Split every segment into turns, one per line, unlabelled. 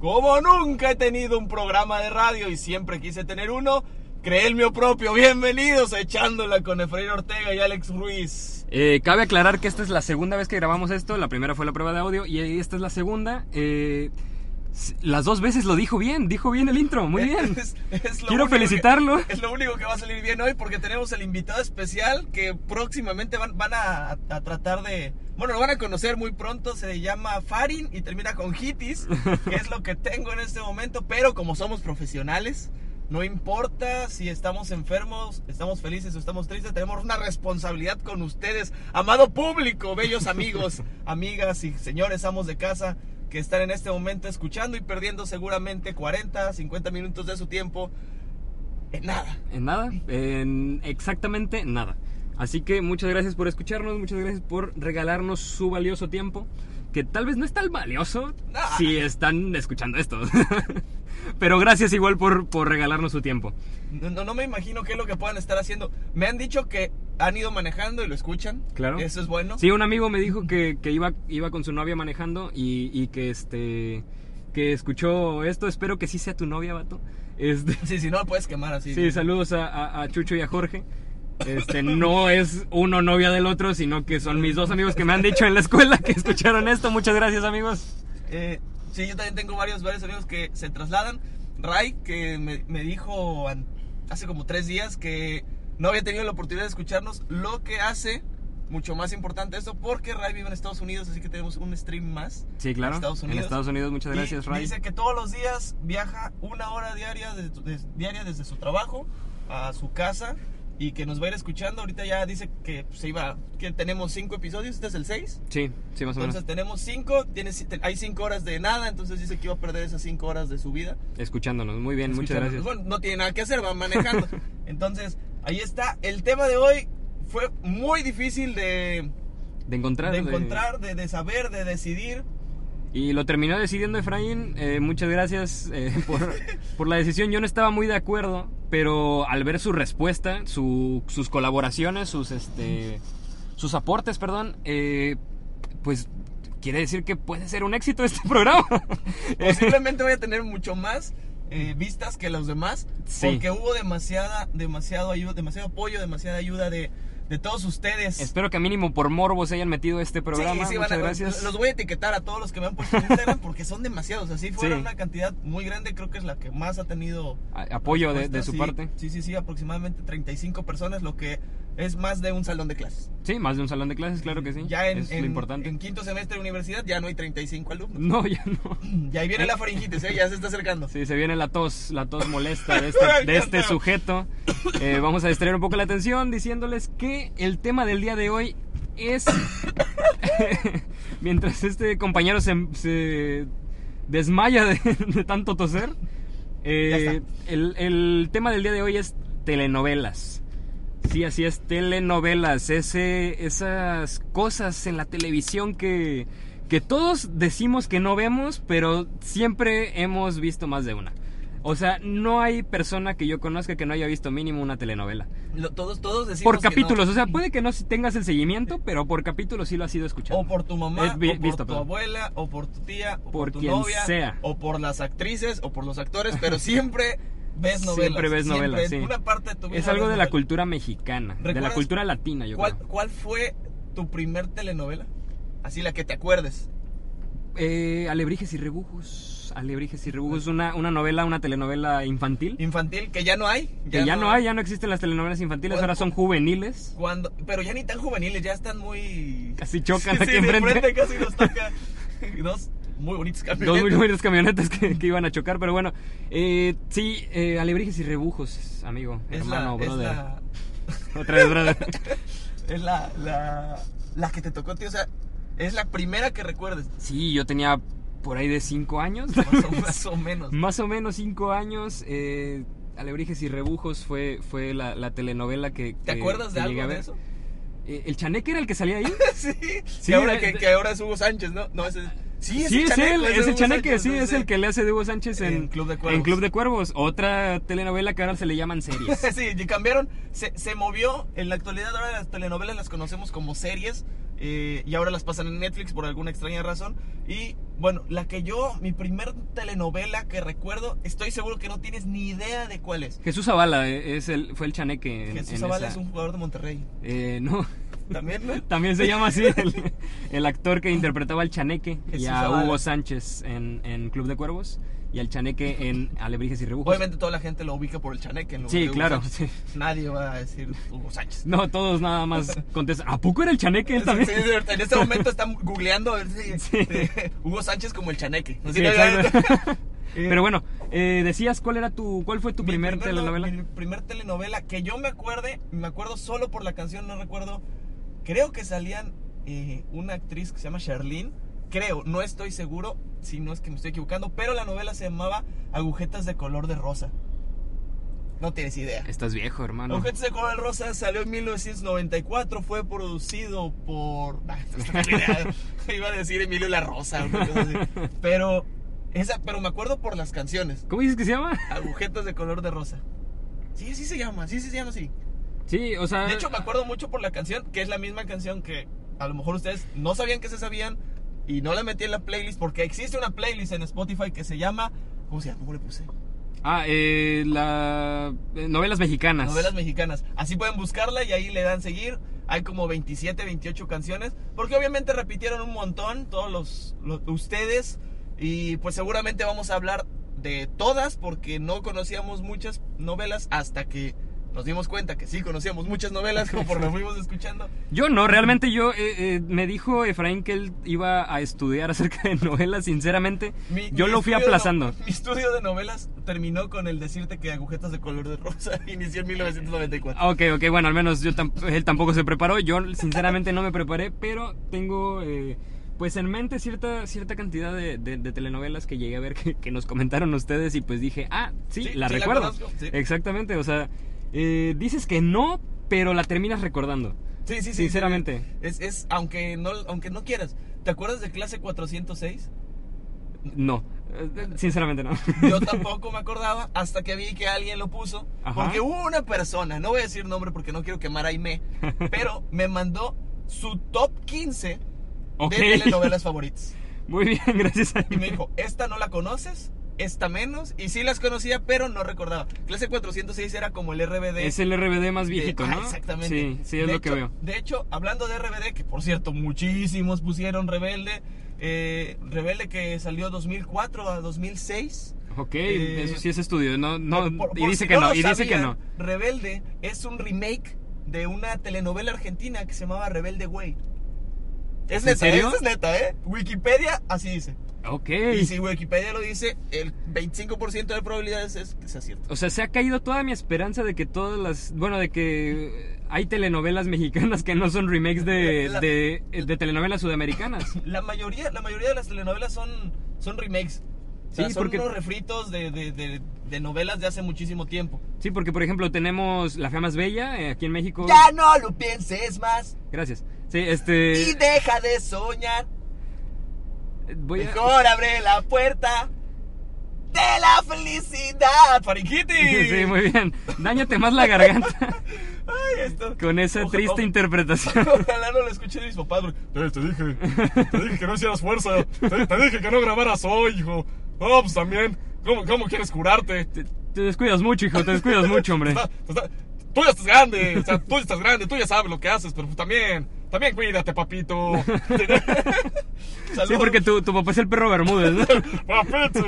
Como nunca he tenido un programa de radio y siempre quise tener uno, creé el mío propio. Bienvenidos a Echándola con Efraín Ortega y Alex Ruiz.
Eh, cabe aclarar que esta es la segunda vez que grabamos esto. La primera fue la prueba de audio y esta es la segunda. Eh, s- las dos veces lo dijo bien, dijo bien el intro, muy bien.
Es- es lo único
Quiero
que-
felicitarlo.
es lo único que va a salir bien hoy porque tenemos el invitado especial que próximamente van, van a, a tratar de... Bueno, lo van a conocer muy pronto, se llama Farin y termina con Hitis, que es lo que tengo en este momento, pero como somos profesionales, no importa si estamos enfermos, estamos felices o estamos tristes, tenemos una responsabilidad con ustedes, amado público, bellos amigos, amigas y señores amos de casa que están en este momento escuchando y perdiendo seguramente 40, 50 minutos de su tiempo en nada.
En nada, en exactamente nada. Así que muchas gracias por escucharnos, muchas gracias por regalarnos su valioso tiempo, que tal vez no es tan valioso
No.
si están escuchando esto. Pero gracias igual por, por regalarnos su tiempo.
No, no, no me imagino qué es lo que puedan estar haciendo. Me han dicho que han ido manejando y lo escuchan.
Claro.
Eso es bueno.
Sí, un amigo me dijo que, que iba, iba con su novia manejando y, y que este que escuchó esto. Espero que sí sea tu novia, vato. Este,
Sí, si no, lo puedes quemar así.
sí, saludos a, a- a Chucho y a Jorge. Este, no es uno novia del otro, sino que son mis dos amigos que me han dicho en la escuela que escucharon esto. Muchas gracias, amigos.
Eh, sí, yo también tengo varios, varios amigos que se trasladan. Ray, que me, me dijo an- hace como tres días que no había tenido la oportunidad de escucharnos, lo que hace mucho más importante eso, porque Ray vive en Estados Unidos, así que tenemos un stream más.
Sí, claro.
Estados
En
Unidos.
Estados Unidos, muchas
Y
gracias, Ray.
Dice que todos los días viaja una hora diaria, de- de- diaria desde su trabajo a su casa y que nos va a ir escuchando. Ahorita ya dice que pues, se iba, que tenemos cinco episodios, este es el seis.
Sí, sí, más o menos.
Entonces tenemos cinco, tiene, si- te- hay cinco horas de nada, entonces dice que iba a perder esas cinco horas de su vida.
Escuchándonos. Muy bien, muchas
Escuchando.
gracias.
Bueno, no tiene nada que hacer, va manejando. Entonces, ahí está. El tema de hoy fue muy difícil de,
De encontrar.
de
de-
encontrar, de, de saber, de decidir.
Y lo terminó decidiendo Efraín. Eh, muchas gracias eh, por, por la decisión. Yo no estaba muy de acuerdo, pero al ver su respuesta, su- sus colaboraciones, sus, este, sus aportes, perdón, eh, pues quiere decir que puede ser un éxito este programa.
Posiblemente voy a tener mucho más eh, vistas que los demás.
Sí.
Porque hubo demasiada, demasiado ayuda, demasiado apoyo, demasiada ayuda de, de todos ustedes.
Espero que mínimo por morbo se hayan metido este programa.
Sí, sí, van
muchas
a-
gracias.
Los voy a etiquetar a todos los que me han puesto en Instagram porque son demasiados. Así fuera
Sí.
una cantidad muy grande, creo que es la que más ha tenido.
A- Apoyo de, de
respuesta,
su
Pues, sí.
parte.
Sí, sí, sí, aproximadamente 35 personas, lo que es más de un salón de clases.
Sí, más de un salón de clases, claro que sí.
Ya en,
es
en-
lo importante.
en quinto semestre de universidad ya no hay 35 alumnos.
No, ya no.
Y ahí viene la faringitis, ¿eh? ya se está acercando.
Sí, se viene la tos, la tos molesta de este, de este sujeto. Eh, vamos a distraer un poco la atención diciéndoles que el tema del día de hoy es... Mientras este compañero se, se desmaya de, de tanto toser, eh,
Ya
el, el tema del día de hoy es telenovelas. Sí, así es, telenovelas, ese, esas cosas en la televisión que, que todos decimos que no vemos, pero siempre hemos visto más de una. O sea, no hay persona que yo conozca que no haya visto mínimo una telenovela.
Lo- todos, todos decimos.
por
que no.
capítulos, o sea, puede que no tengas el seguimiento, pero por capítulos sí lo has ido escuchando.
O por tu mamá,
Es vi-
o por
visto,
tu
perdón.
abuela, o por tu tía, o por,
Por
tu
quien
novia,
sea.
o por las actrices, o por los actores, pero siempre ves novelas.
Siempre ves novelas,
en
sí.
Una parte de tu vida
es algo
ves
de la
novelas.
cultura mexicana, de la
¿Recuerdas
cultura latina, yo
¿Cuál,
creo.
¿Cuál fue tu primer telenovela? Así la que te acuerdes.
Eh, Alebrijes y Rebujos. Alebrijes y Rebujos, una, una novela, una telenovela infantil.
Infantil, que ya no hay.
que ya no, hay, ya no existen las telenovelas infantiles,
¿Cuál-
ahora son juveniles.
Cuando, pero ya ni tan juveniles, ya están muy.
Casi chocan
Sí,
aquí
sí, de
enfrente.
frente casi nos toca. Dos muy bonitos
Dos
camionetas.
muy buenas camionetas que, que iban a chocar, pero bueno. Eh, sí, eh, Alebrijes y Rebujos, amigo,
es
hermano,
la, es
brother.
la-
Otra vez, brother.
es la, la, la que te tocó, tío. O sea, es la primera que recuerdes.
Sí, yo tenía por ahí de cinco años.
Más o, más o menos.
Más o menos cinco años. Eh, Alebrijes y Rebujos fue, fue la, la telenovela que,
¿Te
que-
acuerdas
que
de
llegué
algo de
a ver.
eso?
Eh, ¿El chaneque era el que salía ahí?
sí.
Sí,
Que ahora,
eh,
que, que ahora es Hugo Sánchez, ¿no? No, ese, sí,
Sí, es él,
ese
es el
Hugo
chaneque,
Sánchez,
sí,
no
es
sé.
el que le hace de Hugo Sánchez en,
En Club de Cuervos.
en Club de Cuervos. Otra telenovela que ahora se le llaman series.
sí, y cambiaron, se, se movió. En la actualidad ahora las telenovelas las conocemos como series eh, y ahora las pasan en Netflix por alguna extraña razón. Y bueno, la que yo, mi primer telenovela que recuerdo, estoy seguro que no tienes ni idea de cuál es.
Jesús Zavala eh, es el, fue el chaneque. en-
Jesús
en
Zavala es
esa.
un jugador de Monterrey.
Eh, no,
También, ¿no?
también se llama así el, el actor que interpretaba al chaneque y
Jesús
a
Zavala.
Hugo Sánchez en, en Club de Cuervos y al chaneque en Alebrijes y Rebujos.
Obviamente toda la gente lo ubica por el chaneque. en lugar de
pues, Sí,
Hugo
claro.
Sánchez.
sí.
Nadie va a decir Hugo Sánchez.
No, todos nada más contestan. ¿A poco era el chaneque él también?
Sí, sí, ahorita, en este momento están googleando a ver si-
Sí.
eh, Hugo Sánchez como el chaneque. No sé si-
Sí, exacto.
Eh,
Pero bueno, eh, decías cuál era tu, cuál fue tu
Mi
primer, telenovela.
Mi primer telenovela que yo me acuerde, me acuerdo solo por la canción, no recuerdo. Creo que salían eh, una actriz que se llama Charlene. Creo, no estoy seguro si no es que me estoy equivocando, pero la novela se llamaba Agujetas de color de rosa. No tienes idea.
Estás viejo, hermano.
Agujetas de color de rosa salió en 1994, fue producido por. Ah, Iba a decir Emilio La Rosa, una cosa así. pero esa, pero me acuerdo por las canciones.
¿Cómo dices que se llama?
Agujetas de color de rosa. Sí, así se llama, sí, sí se llama así.
Sí, o sea.
De hecho, me acuerdo mucho por la canción, que es la misma canción que a lo mejor ustedes no sabían que se sabían y no la metí en la playlist, porque existe una playlist en Spotify que se llama. ¿Cómo se llama? ¿Cómo le puse?
Ah, eh, la. eh, Novelas mexicanas.
Novelas mexicanas. Así pueden buscarla y ahí le dan seguir. Hay como 27, 28 canciones, porque obviamente repitieron un montón todos los, los- ustedes y pues seguramente vamos a hablar de todas porque no conocíamos muchas novelas hasta que nos dimos cuenta que sí conocíamos muchas novelas conforme fuimos escuchando.
Yo no, realmente yo. eh, eh, me dijo Efraín que él iba a estudiar acerca de novelas, sinceramente.
Mi-
yo
mi
lo
estudio
fui
de no-
aplazando.
mi estudio de novelas terminó con el decirte que agujetas de color de rosa inició en 1994.
Ah, Ok, ok, bueno, al menos yo tam- él tampoco se preparó. Yo, sinceramente, no me preparé, pero tengo. eh, pues en mente cierta, cierta cantidad de, de- de telenovelas que llegué a ver que, que nos comentaron ustedes y pues dije, ah, sí,
Sí,
la
sí, la
recuerdo.
conozco, sí.
Exactamente, o sea, eh, dices que no, pero la terminas recordando.
Sí, sí, sí, sí.
sinceramente.
Es, es aunque, no, aunque no quieras. ¿Te acuerdas de clase 406?
No, eh, sinceramente no.
Yo tampoco me acordaba hasta que vi que alguien lo puso.
Ajá.
Porque hubo una persona, no voy a decir nombre porque no quiero quemar a Aime, pero me mandó su top 15
Ok.
de telenovelas favoritas.
Muy bien, gracias a
Y me dijo, esta no la conoces, esta menos. Y sí las conocía, pero no recordaba. Clase 406 era como el RBD.
Es el RBD más
de-
viejito,
Ah,
¿no?
exactamente.
Sí, sí, es
De
lo
hecho-
que veo.
De hecho, hablando de RBD, que por cierto, muchísimos pusieron Rebelde. eh, Rebelde que salió 2004 a 2006.
Ok,
Eh,
eso sí es estudio. No, no,
Por- por
y dice
si
que no,
lo
y dice que no.
sabían, Rebelde es un remake de una telenovela argentina que se llamaba Rebelde Güey. Es
¿En
neta,
serio?
esa es neta, ¿eh? Wikipedia así dice.
Ok.
Y si Wikipedia lo dice, el 25% de probabilidades es que sea cierto.
O sea, se ha caído toda mi esperanza de que todas las. Bueno, de que eh, hay telenovelas mexicanas que no son remakes de,
La-
de, eh, de telenovelas sudamericanas.
La mayoría, la mayoría de las telenovelas son, son remakes. O sea,
Sí,
son
porque-
unos refritos de, de- de- de novelas de hace muchísimo tiempo.
Sí, porque por ejemplo tenemos La Fea Más Bella eh, aquí en México.
Ya no lo pienses más
Gracias. Sí, este.
y deja de soñar.
Voy a.
Mejor abre la puerta de la felicidad. Faringitis.
Sí, muy bien. Dáñate más la garganta
Ay, esto.
con esa
Oja-
triste
oja-
interpretación.
Ojalá no lo escuchen mis papás. porque, "Te- te dije, te dije que no hicieras fuerza. Te, te dije que no grabaras hoy, hijo. No, pues también. ¿Cómo, cómo quieres curarte?
Te, te descuidas mucho, hijo, te descuidas mucho, hombre.
Está- está- Tú ya estás grande, o sea, tú ya estás grande, tú ya sabes lo que haces, pero pues, también, también cuídate, papito.
Sí, porque tu, tu papá es el perro Bermúdez, ¿no?
Papito.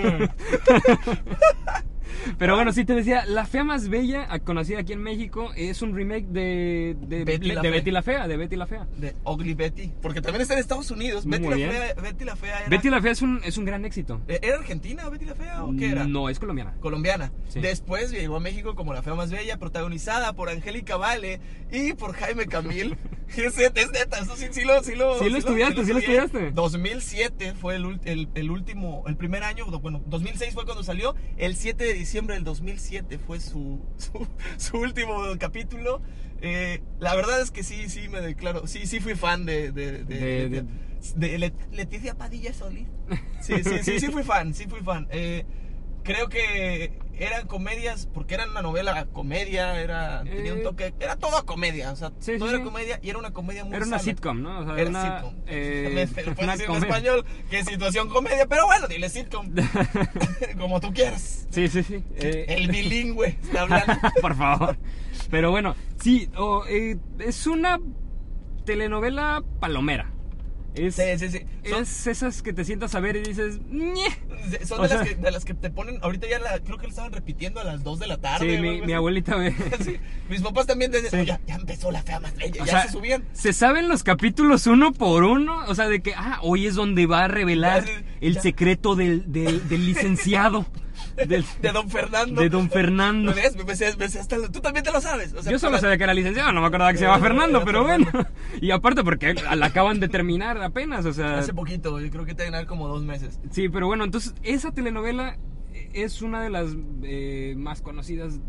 Pero bueno, sí te decía, La Fea Más Bella, a- conocida aquí en México, es un remake de, de,
Betty
de-
la
de
Fea.
Betty la Fea, de Betty la Fea.
De Ugly Betty. Porque también está en Estados Unidos.
Muy
Betty la,
bien.
fea, Betty la Fea era.
Betty la Fea es un, es un gran éxito.
Eh, ¿Era argentina Betty la Fea o qué era?
No, es colombiana.
Colombiana.
Sí.
Después llegó a México como La Fea Más Bella, protagonizada por Angélica Vale y por Jaime Camil. es, neta, es neta, eso sí, sí lo, sí lo,
Sí lo estudiaste, sí lo
estudié.
estudiaste.
2007 fue el, ul- el, el último, el primer año, bueno, 2006 fue cuando salió. El 7 de diciembre del 2007 fue su, su, su último capítulo. Eh, la verdad es que sí, sí me declaro, sí, sí fui fan de, de,
De-
de, de- de Le- Leticia Padilla Solís. Sí, sí, sí, sí fui fan, sí fui fan. Eh, creo que eran comedias, porque era una novela comedia, era, tenía
Eh.
un toque, era toda comedia, o sea,
Sí,
todo
sí,
era
sí.
comedia y era una comedia muy
Era una
sana.
sitcom, ¿no? O sea,
Era
una,
sitcom.
eh,
Exactamente, lo puedes
una
decir en
comedia.
español que es situación comedia, pero bueno, dile sitcom. Como tú quieras.
Sí, sí, sí. Eh,
El bilingüe está hablando.
Por favor. Pero bueno, sí, o, eh, es una telenovela palomera. Es,
Sí, sí, sí. Son,
es esas que te sientas a ver y dices, "Ñe".
son
o
de,
sea-
las que, de las que te ponen, ahorita ya la, creo que lo estaban repitiendo a las 2 de la tarde.
Sí,
o
mi,
algo así.
mi abuelita ve.
Sí, Mis papás también desde
Sí.
"Oh, ya, ya empezó la fea más bella,
O
ya
sea,
se subían.
Se saben los capítulos uno por uno, o sea, de que, ah, hoy es donde va a revelar
Ya, ya.
el secreto del, del- del licenciado, del-
De Don Fernando.
de don Fernando.
¿Lo ves? Me sé- me sé hasta lo- tú también te lo sabes. O sea,
Yo solo
para-
sabía que era licenciado, no me acordaba que se llamaba
Eh,
Fernando,
era
pero bueno.
Fernando.
Y aparte porque la acaban de terminar apenas, o sea...
Hace poquito, yo creo que tenían como dos meses.
Sí, pero bueno, entonces esa telenovela es una de las eh, más conocidas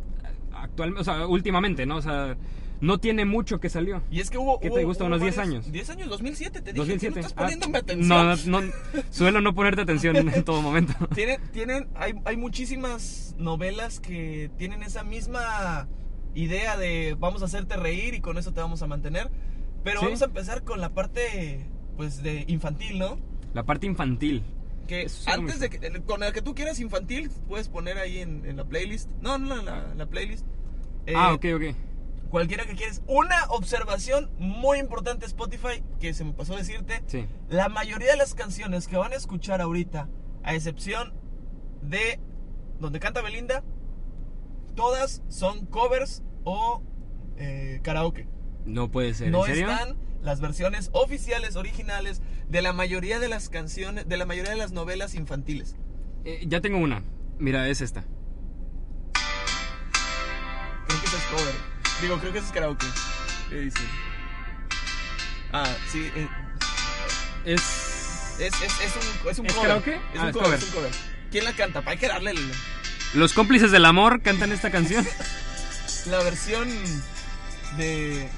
actualmente, o sea, últimamente, ¿no? O sea, no tiene mucho que salió.
Y es que hubo.
¿Qué te
hubo-
gusta?
hubo
¿Unos 10
varios-
años?
10 años, 2007, te dije.
2007.
que No estás
Ah,
poniéndome atención.
no, no, no, suelo no ponerte atención en todo momento.
Tienen, tienen, hay, hay muchísimas novelas que tienen esa misma idea de vamos a hacerte reír y con eso te vamos a mantener. Pero
Sí.
vamos a empezar con la parte, pues, de infantil, ¿no?
La parte infantil.
Que
Eso sí era
antes de
muy
que, el- con la que tú quieras infantil, puedes poner ahí en, en la playlist. No, no, en la, en la playlist. Eh,
ah, ok, ok.
Cualquiera que quieras. Una observación muy importante, Spotify, que se me pasó a decirte.
Sí.
La mayoría de las canciones que van a escuchar ahorita, a excepción de donde canta Belinda, todas son covers o eh, karaoke.
No puede ser,
No
¿en serio?
están las versiones oficiales, originales, de la mayoría de las canciones, de la mayoría de las novelas infantiles.
Eh, ya tengo una. Mira, es esta.
Creo que eso es cover. Digo, creo que eso es karaoke. ¿Qué dicen? Ah, sí, eh,
Es...
es, es- es un, es un
¿Es
cover.
karaoke?
Es
Ah,
un
es
cover,
cover.
es un cover. ¿Quién la canta? Pa, Hay que darle el-
Los cómplices del amor cantan esta canción.
la versión de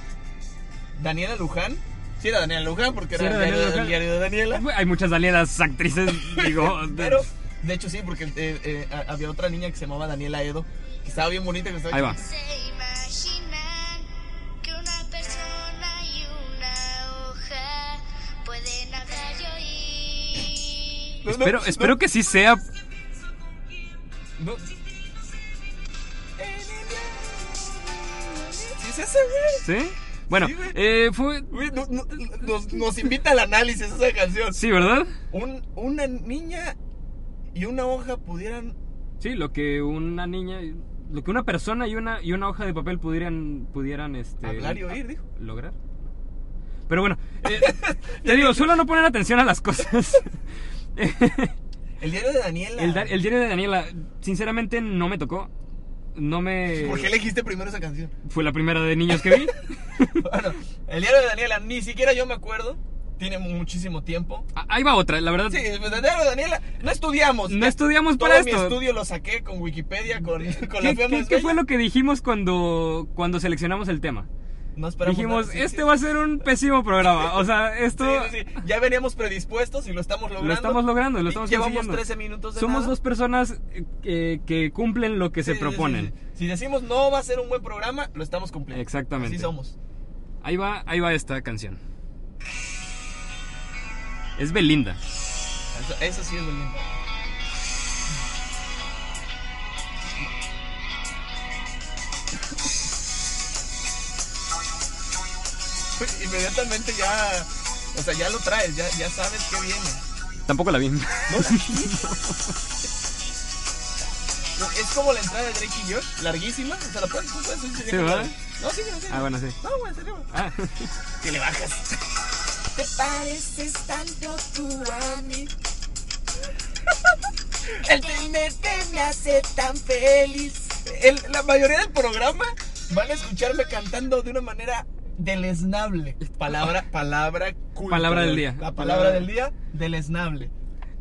Daniela Luján. Sí, era Daniela Luján porque
Sí,
era,
era
el
Daniela
diario-
Luján.
el diario de Daniela.
Hay muchas alienas actrices, digo... de-
Pero, de hecho, sí, porque eh, eh, a- había otra niña que se llamaba Daniela Edo, que estaba bien bonita. Que estaba
Ahí va.
Se imaginan que una persona y una hoja pueden hablar y oír.
pues, No, no,
espero,
no.
espero que sí sea.
No. Sí, es ese, güey.
¿Sí? Bueno,
Sí, güey.
eh, fue.
Güey, no- no- nos, nos invita al análisis esa canción.
Sí, ¿verdad?
Un- una niña y una hoja pudieran.
Sí, lo que una niña. Lo que una persona y una, y una hoja de papel pudieran. pudieran este,
Hablar y oír, dijo.
Lograr. Pero bueno, eh, te digo, suelo no poner atención a las cosas.
El diario de Daniela.
El, da- el diario de Daniela, sinceramente, no me tocó. No me.
¿Por qué elegiste primero esa canción?
Fue la primera de niños que vi.
Bueno, el diario de Daniela, ni siquiera yo me acuerdo. Tiene muchísimo tiempo.
Ah, Ahí va otra, la verdad.
Sí, el diario de Daniela, no estudiamos.
No estudiamos
Todo
para
mi
esto.
estudio lo saqué con Wikipedia, con, con la
¿Qué,
fea
qué-
más
qué
bella.
fue lo que dijimos cuando, cuando seleccionamos el tema?
No esperamos
Dijimos,
nada, sí,
este
sí.
va a ser un pésimo programa. O sea, esto
Sí, sí, sí. Ya veníamos predispuestos y lo estamos logrando.
lo estamos logrando, lo
Y
estamos
Llevamos
consiguiendo.
13 minutos de
Somos
nada.
dos personas eh, que cumplen lo que
Sí,
se
sí,
proponen.
sí, sí. Si decimos no va a ser un buen programa, lo estamos cumpliendo.
Exactamente.
Así somos.
Ahí va, ahí va esta canción. Es Belinda.
Eso, eso sí es muy lindo. Inmediatamente ya, o sea, ya lo traes, ya, ya sabes qué viene.
Tampoco la vi.
No, Es como la entrada de Drake y Josh, larguísima. O sea, la puedes, tú puedes subir sin
¿Sí,
ningún
verdad?
problema. No, sí, no, sí.
Ah, bueno, sí.
No, güey, en serio.
Ah,
Que le bajas. Te pareces tanto tú a mí. El tener que me hace tan feliz. El- la mayoría del programa van a escucharme cantando de una manera deleznable. Palabra, palabra culta.
Palabra del día.
La palabra del día, deleznable.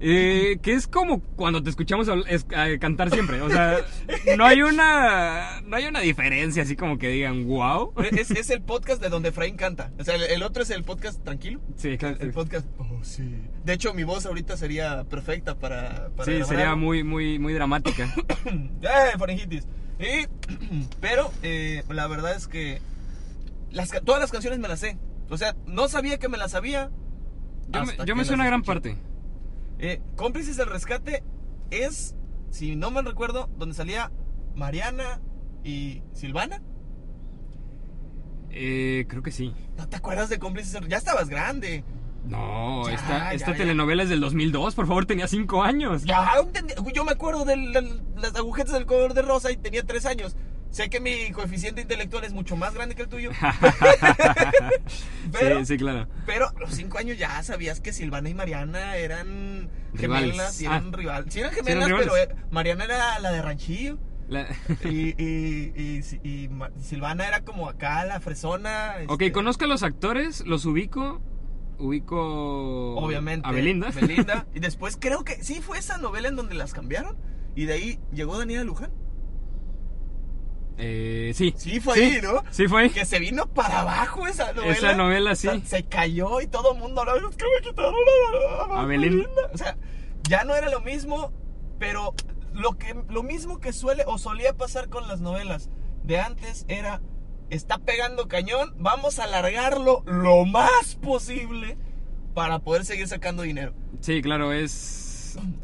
eh, que es como cuando te escuchamos habl- es- eh, cantar siempre. O sea, no hay una no hay una diferencia así como que digan wow.
Es, es el podcast de donde Efraín canta. O sea, el, el otro es el podcast tranquilo.
Sí, claro.
El
sí.
podcast. Oh, sí. De hecho, mi voz ahorita sería perfecta para. para
Sí,
grabar
sería
algo.
muy muy muy dramática.
¡Eh, faringitis! Y, pero eh, la verdad es que las, ca- todas las canciones me las sé. O sea, no sabía que me las sabía.
Yo me,
hasta
yo
que
me sé
las
una gran
escuché.
parte.
Eh, Cómplices del Rescate es, si no mal recuerdo, donde salía Mariana y Silvana.
Eh, creo que sí.
¿No te acuerdas de Cómplices del Ya estabas grande.
No,
Ya,
esta,
ya,
esta
ya.
telenovela es del 2002, por favor, tenía 5 años.
Ya, entendí- yo me acuerdo de la- las agujetas del color de rosa y tenía tres años. Sé que mi coeficiente intelectual es mucho más grande que el tuyo. Pero-
sí, sí, claro.
Pero a los cinco años ya sabías que Silvana y Mariana eran
Rivales.
gemelas y eran
Ah.
rivales. Sí, eran
eran
gemelas,
rivales.
pero eh, Mariana era la de Ranchillo
La-
y, y- y- y- y Ma- Silvana era como acá, la fresona.
Ok,
este,
conozco a los actores, los ubico. Ubico.
Obviamente.
A Belinda.
Belinda. Y después creo que sí fue esa novela en donde las cambiaron. Y de ahí llegó Daniela Luján.
Eh, sí.
Sí, fue ahí, ¿no?
Sí, fue.
Que se vino para abajo esa novela.
Esa novela,
O sea,
sí.
se cayó y todo el mundo hablaba. Es que me quitaron la la- la-
A Belinda.
O sea, ya no era lo mismo, pero lo, que, lo mismo que suele o solía pasar con las novelas de antes era. Está pegando cañón, vamos a alargarlo lo más posible para poder seguir sacando dinero.
Sí, claro, es.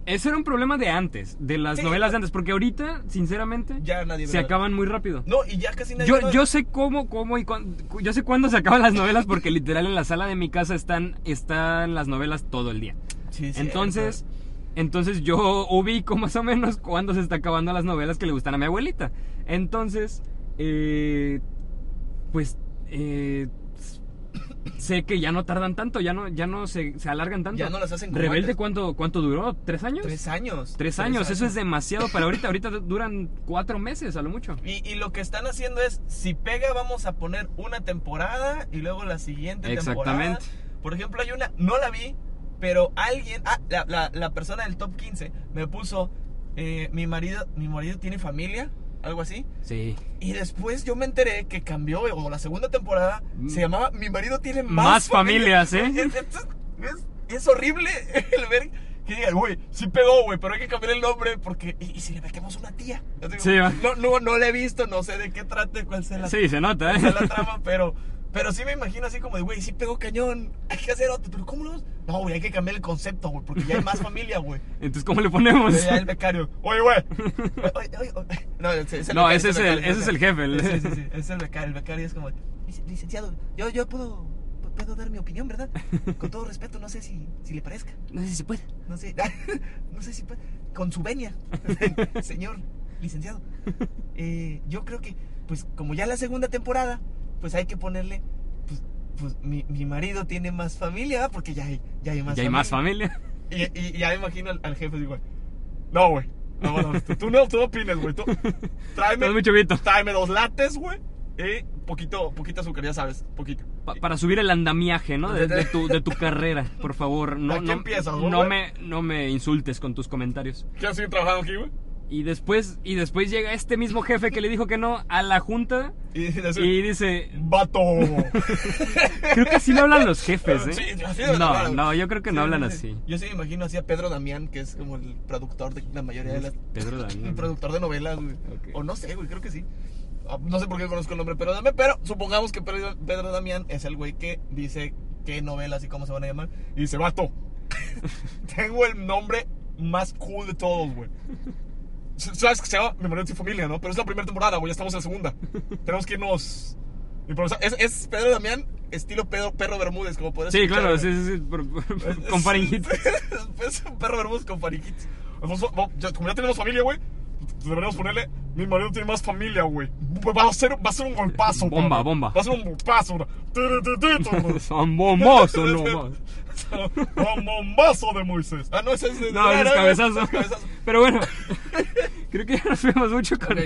Ese era un problema de antes, de las
Sí.
novelas de antes, porque ahorita, sinceramente,
Ya nadie ve
se
la-
acaban muy rápido.
No, y ya casi nadie.
Yo,
lo-
yo sé cómo, cómo y cuán- cu- yo sé cuándo se acaban las novelas porque literal en la sala de mi casa están, están las novelas todo el día.
Sí, sí,
Entonces, entonces yo ubico más o menos cuándo se está acabando las novelas que le gustan a mi abuelita. Entonces, eh, pues eh, s- sé que ya no tardan tanto, ya no, ya no se, se alargan tanto.
Ya no las hacen como
Rebelde
antes.
cuánto, cuánto duró, tres años.
Tres años.
Tres años, eso es demasiado para ahorita. Ahorita duran cuatro meses a lo mucho.
Y, y lo que están haciendo es, si pega, vamos a poner una temporada y luego la siguiente temporada.
Exactamente.
Por ejemplo, hay una, no la vi, pero alguien, ah, la, la- la persona del top 15 me puso, eh, mi, marido, mi marido tiene familia, algo así.
Sí.
Y después yo me enteré que cambió, o la segunda temporada
Mm.
se llamaba Mi marido tiene más,
Más familias, ¿eh?
Es, es- es horrible el ver que digan, güey, sí pegó, güey, pero hay que cambiar el nombre porque. ¿Y, y si le metemos una tía? Yo digo,
Sí, va.
no, no, no la he visto, no sé de qué trate, cuál sea la,
Sí, se nota,
cuál sea la
¿eh?
trama, pero. Pero sí me imagino así como de, güey, sí pegó cañón, hay que hacer otro, pero ¿cómo no? No, güey, hay que cambiar el concepto, güey, porque ya hay más familia, güey.
Entonces, ¿cómo le ponemos?
Ya el becario, oye, güey. Oye, oye, oye. No, es- es el
No,
becario,
ese es el-
becario,
ese es el jefe, el-
Sí, sí, sí, es el becario. El becario es como, "Lic- licenciado, yo, yo puedo, puedo dar mi opinión, ¿verdad? Con todo respeto, no sé si, si le parezca.
No sé si se puede.
No sé, no sé si puede. Con su venia, señor, licenciado. eh, yo creo que, pues, como ya la segunda temporada, pues hay que ponerle, pues, pues, mi, mi marido tiene más familia, ¿verdad? porque ya hay, ya hay más
Ya hay más familia.
y, y- y ya me imagino al, al jefe digo, no, güey. No, no, tú, tú no, tú no opinas, güey. Tú, tráeme,
Todo muy chavito.
tráeme dos lates, güey. Y poquito, poquito azúcar, ya sabes, poquito.
Pa- para subir el andamiaje, ¿no? De, de tu, de tu carrera, por favor. No,
Aquí
no,
empiezas, ¿no,
no
güey?
me, no me insultes con tus comentarios.
¿Quieres seguir trabajando aquí, güey?
Y después, y después llega este mismo jefe que le dijo que no a la junta
Y decir,
y dice,
vato.
creo que así le hablan los jefes, ¿eh?
Sí, así deben hablar,
no,
güey.
no, yo creo que no
Sí,
hablan
sí, sí.
así.
Yo sí me imagino así a Pedro Damián, que es como el productor de la mayoría de las...
Pedro
Un
Damián.
productor de novelas, güey.
Ok.
O no sé, güey, creo que sí. Ah, No sé por qué conozco el nombre de Pedro Damián, pero supongamos que Pedro, Pedro Damián es el güey que dice qué novelas y cómo se van a llamar. Y dice, vato, tengo el nombre más cool de todos, güey. S- Sabes que se llama Mi marido y familia, ¿no? Pero es la primera temporada, güey, ya estamos en la segunda. Tenemos que irnos... improvisar. Es, es Pedro Damián estilo Pedro, Perro Bermúdez, como puedes
Sí,
escuchar,
claro,
güey.
sí, sí, sí, por- por- con faringitis.
Es un perro hermoso con faringitis. Vamos, vamos, ya- Como ya tenemos familia, güey, deberíamos ponerle, mi marido tiene más familia, güey. Va a ser, va a ser un golpazo.
Bomba,
cabrón.
bomba.
Va a ser un golpazo. bro. Tirititito, bro.
Son bomboso, no más.
Un bombazo de Moisés. Ah, no, ese es de-
No, ese es cabezazo.
ese es cabezazo.
Pero bueno, creo que ya nos fuimos mucho con,
Ok.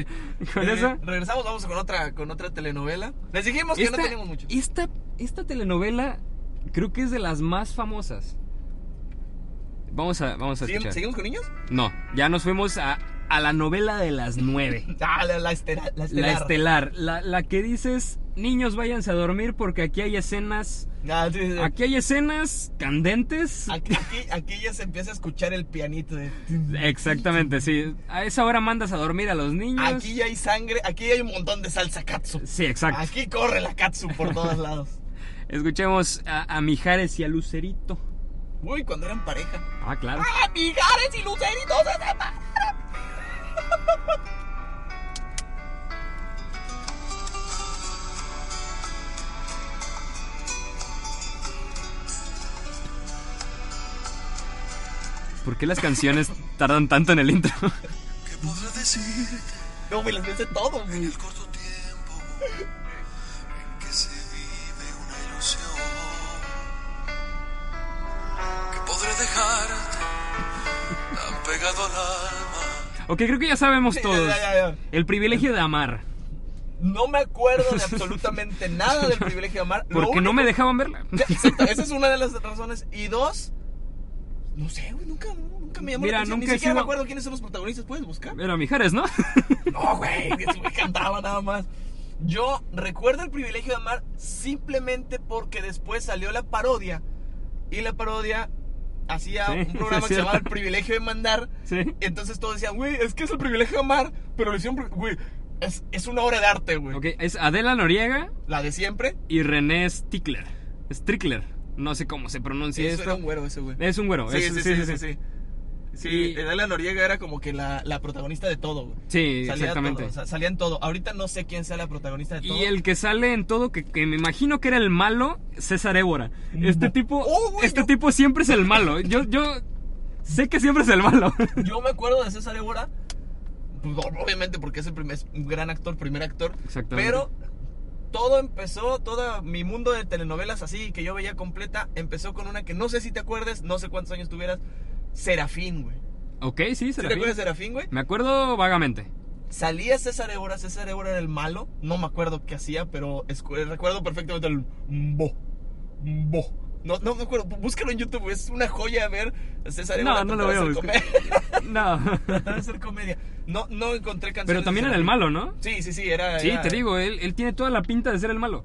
con
Eh,
esa.
Regresamos, vamos con otra, con otra telenovela. Les dijimos que
Esta,
no tenemos mucho.
esta, esta telenovela creo que es de las más famosas. Vamos a, vamos a
¿Sigu-
escuchar.
¿Seguimos con niños?
No, ya nos fuimos a, a la novela de las nueve.
Ah, la, la estela- la estelar.
La estelar, la, la que dices, niños váyanse a dormir porque aquí hay escenas,
Ah, sí, sí, sí.
aquí hay escenas candentes.
Aquí, aquí- aquí ya se empieza a escuchar el pianito. de-
Exactamente, sí. A esa hora mandas a dormir a los niños.
Aquí ya hay sangre, aquí hay un montón de salsa katsu.
Sí, exacto.
Aquí corre la katsu por todos lados.
Escuchemos a, a Mijares y a Lucerito.
Uy, cuando eran pareja.
Ah, claro.
¡Ah, mijares y luceritos se separan!
¿Por qué las canciones tardan tanto en el intro?
¿Qué podrá decirte
No, me las pensé todo, güey.
el corto tiempo en que se vive una ilusión? ¿Qué podré dejarte tan pegado al alma?
ok, creo que ya sabemos
Sí,
todos.
ya, ya, ya.
El privilegio de amar.
No me acuerdo de absolutamente nada del privilegio de amar. Lo
Porque no
único-
me dejaban verla.
Exacto, esa es una de las razones. Y dos, no sé, güey, nunca, nunca me llamó
Mira,
la atención.
nunca he
Ni siquiera me
sido-
acuerdo quiénes son los protagonistas. ¿Puedes buscar?
Era Mijares, ¿no?
No, güey, ese güey cantaba nada más. Yo recuerdo el privilegio de amar simplemente porque después salió la parodia. Y la parodia hacía
Sí,
un
es
programa que se
cierto.
llamaba El privilegio de mandar.
sí.
Entonces todos decían, güey, es que es el privilegio de amar. Pero le hicieron, güey, es, es una obra de arte, güey.
Ok, es Adela Noriega
La de siempre.
y René Stickler. Strickler. No sé cómo se pronuncia
eso
esto.
era un güero ese, güey.
Es un güero.
Sí,
es-
sí, sí, sí, sí. sí.
Y-
Adela Noriega era como que la, la protagonista de todo, güey.
Sí,
Salía
exactamente.
todo, o sea, salía en todo. Ahorita no sé quién sea la protagonista de todo.
Y el que sale en todo, que, que me imagino que era el malo, César Évora. Este tipo,
Oh, güey,
este
yo-
tipo siempre es el malo. Yo, yo sé que siempre es el malo.
Yo me acuerdo de César Évora, pues, obviamente porque es, el primer, es un gran actor, primer actor.
Exactamente.
Pero todo empezó, todo mi mundo de telenovelas así que yo veía completa, empezó con una que no sé si te acuerdes, no sé cuántos años tuvieras, Serafín, güey.
Ok, sí,
¿Sí
se
te
la vi.
acuerdas de Serafín, güey?
Me acuerdo vagamente.
Salía César Évora, César Évora era el malo, no me acuerdo qué hacía, pero escu- recuerdo perfectamente el bo, bo. No, no me acuerdo, búscalo en YouTube, es una joya ver a César Évora.
No, no lo voy a
tratar de hacer
buscar. No.
comedia- tratar de hacer comedia. No, no encontré canciones.
Pero
de
también era el
Serafín.
malo, ¿no?
Sí, sí, sí, era.
Sí,
era-
te digo, él, él tiene toda la pinta de ser el malo.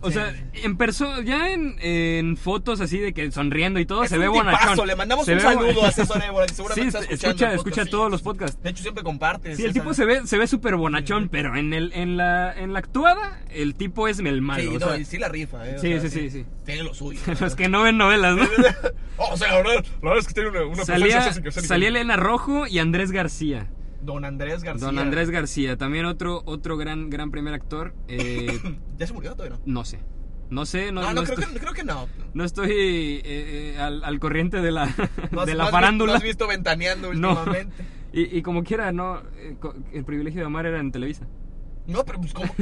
O
Sí.
sea, en perso ya en, en fotos así de que sonriendo y todo,
Es
se
un
ve bonachón.
tipazo, le mandamos
Se
un
ve
saludo
bon-
a César Évora, que seguramente
sí,
está escuchando
escucha,
el
escucha
podcast.
todos los podcasts.
De hecho, siempre comparte.
Sí, el tipo se ve se ve súper bonachón, pero en el en la en la actuada el tipo es el malo.
Sí,
o
no,
sea,
y sí la rifa, ¿eh? o
Sí,
sea,
sí, sí, sí.
Tiene lo suyo. Oh,
Los que no ven novelas, ¿no?
o sea, la verdad, la verdad es que tiene una, una
salía
presencia así que-
salía Elena Rojo y Andrés García.
Don Andrés García.
Don Andrés García, también otro otro gran gran primer actor. eh,
¿Ya se murió todavía? no? Ah,
no sé, no sé, no,
No, no,
no
creo,
estoy,
que, creo que no.
no estoy, eh, eh, al, al corriente de la
No has-
de
no
la
has vi-
farándula.
No has visto ventaneando
No.
últimamente.
Y, y como quiera, no, eh, co- el privilegio de amar era en Televisa.
No, pero pues como.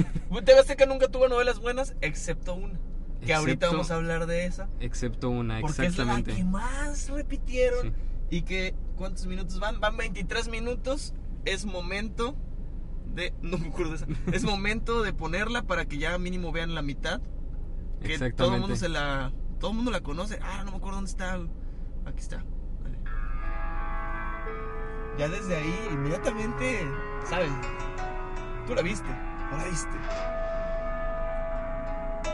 TV Azteca nunca tuvo novelas buenas, excepto una. Que ahorita
Excepto-
vamos a hablar de esa.
Excepto una,
Porque es la
exactamente.
que más repitieron.
Sí.
Y que, ¿cuántos minutos van? Van 23 minutos. Es momento de. No me acuerdo de esa. Es momento de ponerla para que ya mínimo vean la mitad. Que
Exactamente.
todo el mundo se la. Todo el mundo la conoce. Ah, no me acuerdo dónde está. Aquí está. Vale. Ya desde ahí, inmediatamente, ¿sabes? Tú la viste. ¿O la viste? No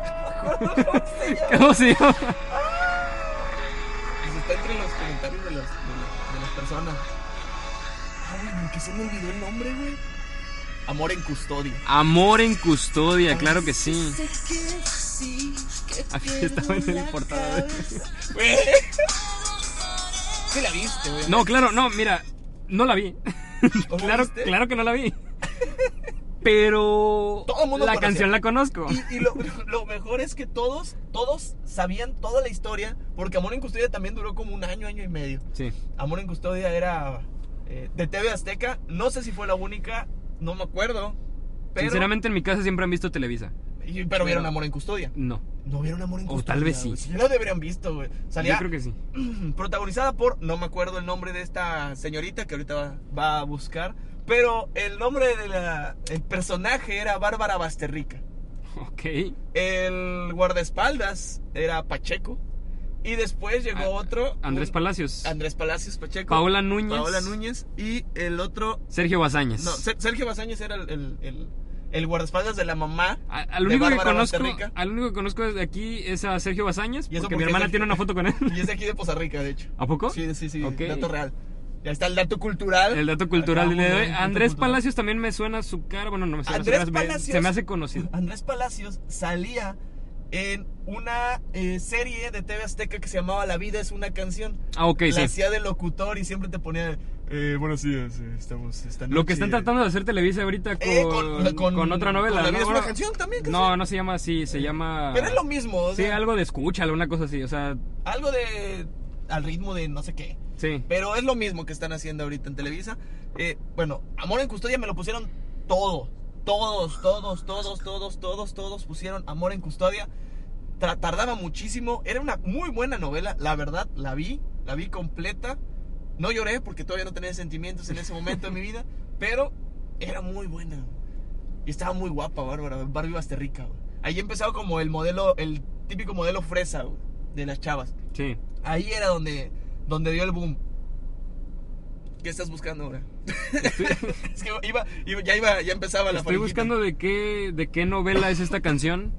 me acuerdo cómo se llama.
¿Cómo se llama?
Pues está entre los comentarios de las, de las, de las personas. Ah, güey, ¿por qué se me olvidó el nombre, güey? Amor en custodia.
Amor en custodia, claro que sí.
Sé que sí, que
Aquí
pierdo
estaba en el
la
portada.
cabeza. Güey. Sí la viste, güey.
No, claro, no, mira, no la vi.
¿O la
Claro,
viste?
claro que no la vi. Pero
Todo el mundo
la
conocía.
canción la conozco.
Y, y lo, lo mejor es que todos, todos sabían toda la historia, porque Amor en custodia también duró como un año, año y medio.
Sí.
Amor en custodia era eh, de TV Azteca. No sé si fue la única, no me acuerdo. Pero,
Sinceramente, en mi casa siempre han visto Televisa.
y- pero vieron Amor en Custodia.
No.
No vieron Amor en
O
Custodia.
tal vez sí.
güey. Sí, la deberían visto, güey.
Yo
Salía
creo que sí.
protagonizada por, no me acuerdo el nombre de esta señorita que ahorita va, va a buscar, pero el nombre de la, el personaje era Bárbara Basterrica.
Ok.
El guardaespaldas era Pacheco. Y después llegó
Ah,
otro.
Andrés
un-
Palacios.
Andrés Palacios Pacheco.
Paola Núñez.
Paola Núñez. Y el otro.
Sergio Bazañas.
No, Ser- Sergio Bazañez era el, el, el- el guardaespaldas de la mamá.
A- al,
de
único que
Bárbara
conozco,
Basterrica.
al único que conozco de aquí es a Sergio Bazañas,
¿Y eso
porque,
por
mi
qué
hermana
Sergio?
tiene una foto con él.
Y es de aquí de Poza Rica, de hecho.
¿A poco?
Sí, sí, sí.
Ok.
Dato real. Ya está el dato cultural.
El dato cultural
Acabamos
del día de
de
hoy.
ver el dato
Andrés
cultural.
Palacios también me suena su cara. Bueno, no me suena
Andrés
su cara. me-
Palacios.
Se me hace conocido.
Andrés Palacios salía en una eh, serie de TV Azteca que se llamaba La vida es una canción.
Ah, ok,
la
sí.
hacía de locutor y siempre te ponía eh, buenos días, eh, estamos esta
Lo que están
noche".
tratando de hacer Televisa ahorita con,
Eh, con- con-
con otra novela.
con La
¿no?
vida es una
Bueno,
canción también, creo
No,
que-
no se llama así, se llama.
Pero es lo mismo, o
Sí,
sea,
algo de escúchalo, una cosa así. O sea,
algo de al ritmo de no sé qué.
sí.
Pero es lo mismo que están haciendo ahorita en Televisa. Eh, bueno, Amor en Custodia me lo pusieron todo. Todos, todos, todos, todos, todos, todos pusieron Amor en Custodia. Tra- tardaba muchísimo. Era una muy buena novela. La verdad, la vi. La vi completa. No lloré porque todavía no tenía sentimientos en ese momento de mi vida. Pero era muy buena. Y estaba muy guapa, Bárbara. Barbie Basterrica. güey. Ahí empezaba como el modelo, el típico modelo fresa güey, de las chavas.
Sí.
Ahí era donde, donde dio el boom. ¿Qué estás buscando ahora? es que iba, iba- ya iba, ya empezaba la
Estoy
faringita.
buscando de qué, de qué novela es esta canción.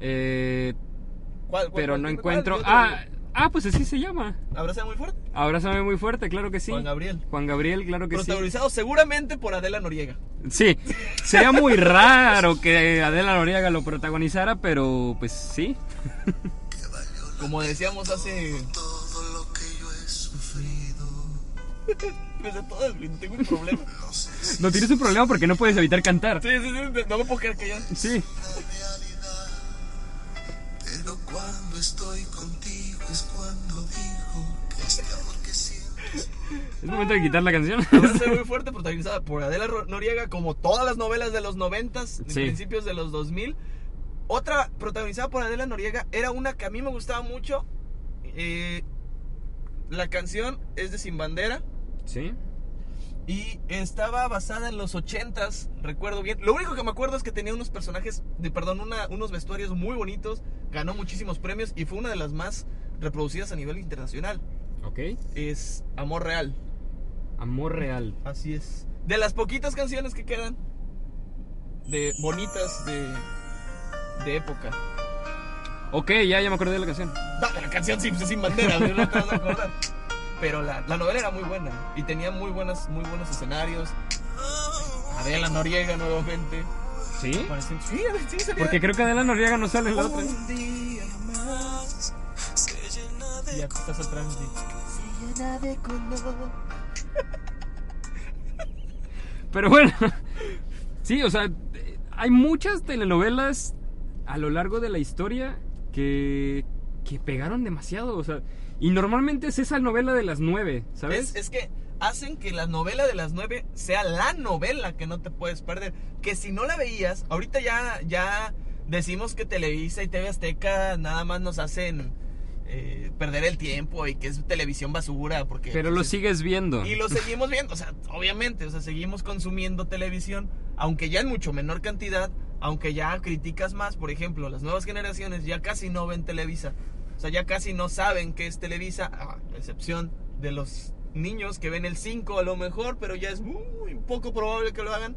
Eh,
¿Cuál, cuál,
pero
cuál,
no
cuál?
encuentro.
Yo te-
Ah, ah, pues así se llama.
Abrázame muy fuerte.
Abrázame muy fuerte, claro que sí.
Juan Gabriel.
Juan Gabriel, claro que sí.
Protagonizado seguramente por Adela Noriega.
Sí, sería muy raro que Adela Noriega lo protagonizara, pero pues sí.
Como decíamos hace.
Todo lo que yo he sufrido.
Desde todo el- tengo un problema.
No sé si
No tienes un problema porque no puedes evitar cantar.
Sí, sí, sí. No me puedo creer que yo.
Sí,
es realidad. Pero cuando estoy contigo es cuando digo que este amor que siento es
es momento de quitar la canción.
Abrázame muy fuerte, protagonizada por Adela Ro- Noriega, como todas las novelas de los 90 de
Sí.
principios de los 2000. Otra protagonizada por Adela Noriega era una que a mí me gustaba mucho. Eh, la canción es de Sin Bandera
Sí.
y estaba basada en los 80s, recuerdo bien. Lo único que me acuerdo es que tenía unos personajes, de, perdón, una- unos vestuarios muy bonitos, ganó muchísimos premios y fue una de las más reproducidas a nivel internacional.
Ok.
Es Amor Real.
Amor real.
Así es. De las poquitas canciones que quedan. De bonitas de. De época.
Ok, ya, ya me acordé de la canción.
No, de la canción sin, sin bandera, güey, no te vas a acordar. Pero la, la novela era muy buena. Y tenía muy buenas, muy buenos escenarios. Adela Noriega nuevamente.
¿Sí?
Parecen- Sí, sí, salía-
Porque creo que Adela Noriega no sale en la otra.
Un día más
se llena
Y
de
ya tú estás atrás de. Se llena de color.
Pero bueno, sí, o sea, eh, hay muchas telenovelas a lo largo de la historia que, que pegaron demasiado, o sea, y normalmente es esa novela de las nueve, ¿sabes?
Es, es que hacen que la novela de las nueve sea la novela que no te puedes perder. Que si no la veías, ahorita ya, ya decimos que Televisa y TV Azteca nada más nos hacen eh, perder el tiempo y que es televisión basura. Porque,
Pero lo sigues viendo.
Y lo seguimos viendo, o sea, obviamente, o sea, seguimos consumiendo televisión, aunque ya en mucho menor cantidad, aunque ya criticas más, por ejemplo, las nuevas generaciones ya casi no ven Televisa, o sea, ya casi no saben qué es Televisa, a excepción de los niños que ven el 5 a lo mejor, pero ya es muy poco probable que lo hagan,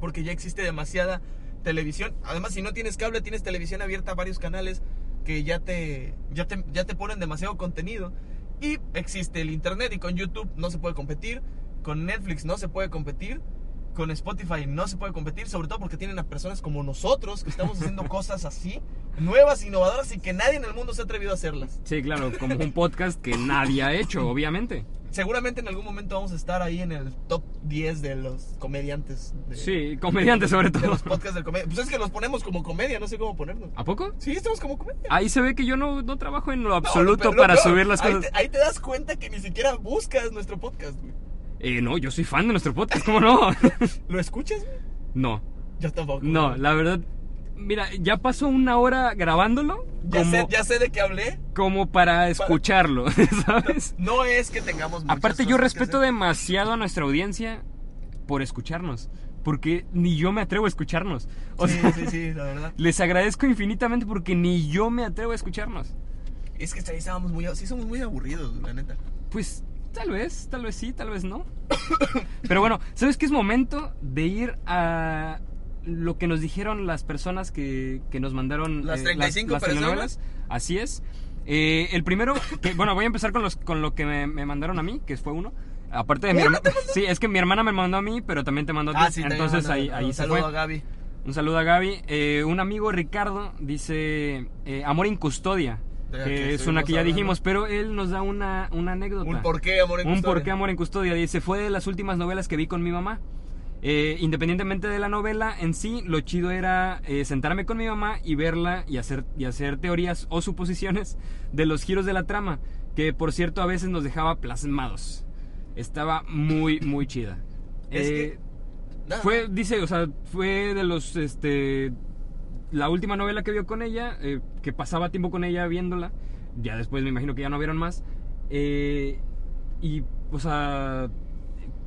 porque ya existe demasiada televisión, además si no tienes cable, tienes televisión abierta a varios canales que ya te, ya te, ya te ponen demasiado contenido. Y existe el Internet y con YouTube no se puede competir, con Netflix no se puede competir, con Spotify no se puede competir, sobre todo porque tienen a personas como nosotros que estamos haciendo cosas así, nuevas, innovadoras y que nadie en el mundo se ha atrevido a hacerlas.
Sí, claro, como un podcast que nadie ha hecho, obviamente.
Seguramente en algún momento vamos a estar ahí en el top 10 de los comediantes. De,
Sí, comediante sobre
de
todo.
los podcasts del comedia. Pues es que los ponemos como comedia, no sé cómo ponernos.
¿A poco?
Sí, estamos como comedia.
Ahí se ve que yo no, no trabajo en lo
No,
absoluto
pero no,
para
no.
subir las
Ahí
cosas.
te- Ahí te, das cuenta que ni siquiera buscas nuestro podcast, güey.
Eh, no, yo soy fan de nuestro podcast, ¿cómo no?
¿Lo escuchas? güey?
no,
Yo tampoco.
no, la verdad. Mira, ya pasó una hora grabándolo
Ya, sé,
como,
ya sé de qué hablé.
como para escucharlo, ¿sabes?
No es que tengamos muchas
Aparte,
cosas
yo
que
respeto
hacer.
demasiado a nuestra audiencia por escucharnos, porque ni yo me atrevo a escucharnos. O
Sí,
sea,
sí, sí, la verdad.
les agradezco infinitamente porque ni yo me atrevo a escucharnos.
Es que estábamos muy, sí, somos muy aburridos, la neta.
Pues tal vez, tal vez sí, tal vez no. Pero bueno, ¿sabes qué es momento de ir a lo que nos dijeron las personas que, que nos mandaron eh,
Las 35 personas.
telenovelas? Así es. Eh, el primero, que, bueno, voy a empezar con, los, con lo que me, me mandaron a mí, que fue uno. Aparte de mi hermana. Sí, es que mi hermana me mandó a mí, pero también te mandó a ti.
Ah, también
entonces
mando-
ahí, ahí
un
se
saludo
fue.
a Gaby.
Un saludo a Gaby. Eh, un amigo, Ricardo, dice eh, Amor en Custodia,
De la
que
que
es una que ya
estuvimos
dijimos, pero él nos da una, una anécdota.
Un por qué, amor en
Un
custodia.
por qué amor en custodia. Dice, fue de las últimas novelas que vi con mi mamá. Eh, independientemente de la novela en sí, lo chido era eh, sentarme con mi mamá y verla y hacer, y hacer teorías o suposiciones de los giros de la trama, que por cierto a veces nos dejaba plasmados. Estaba muy, muy chida.
Es que-
Eh,
Nada.
fue, dice, o sea, fue de los, este, la última novela que vio con ella, eh, que pasaba tiempo con ella viéndola, ya después me imagino que ya no vieron más, eh, y, o sea,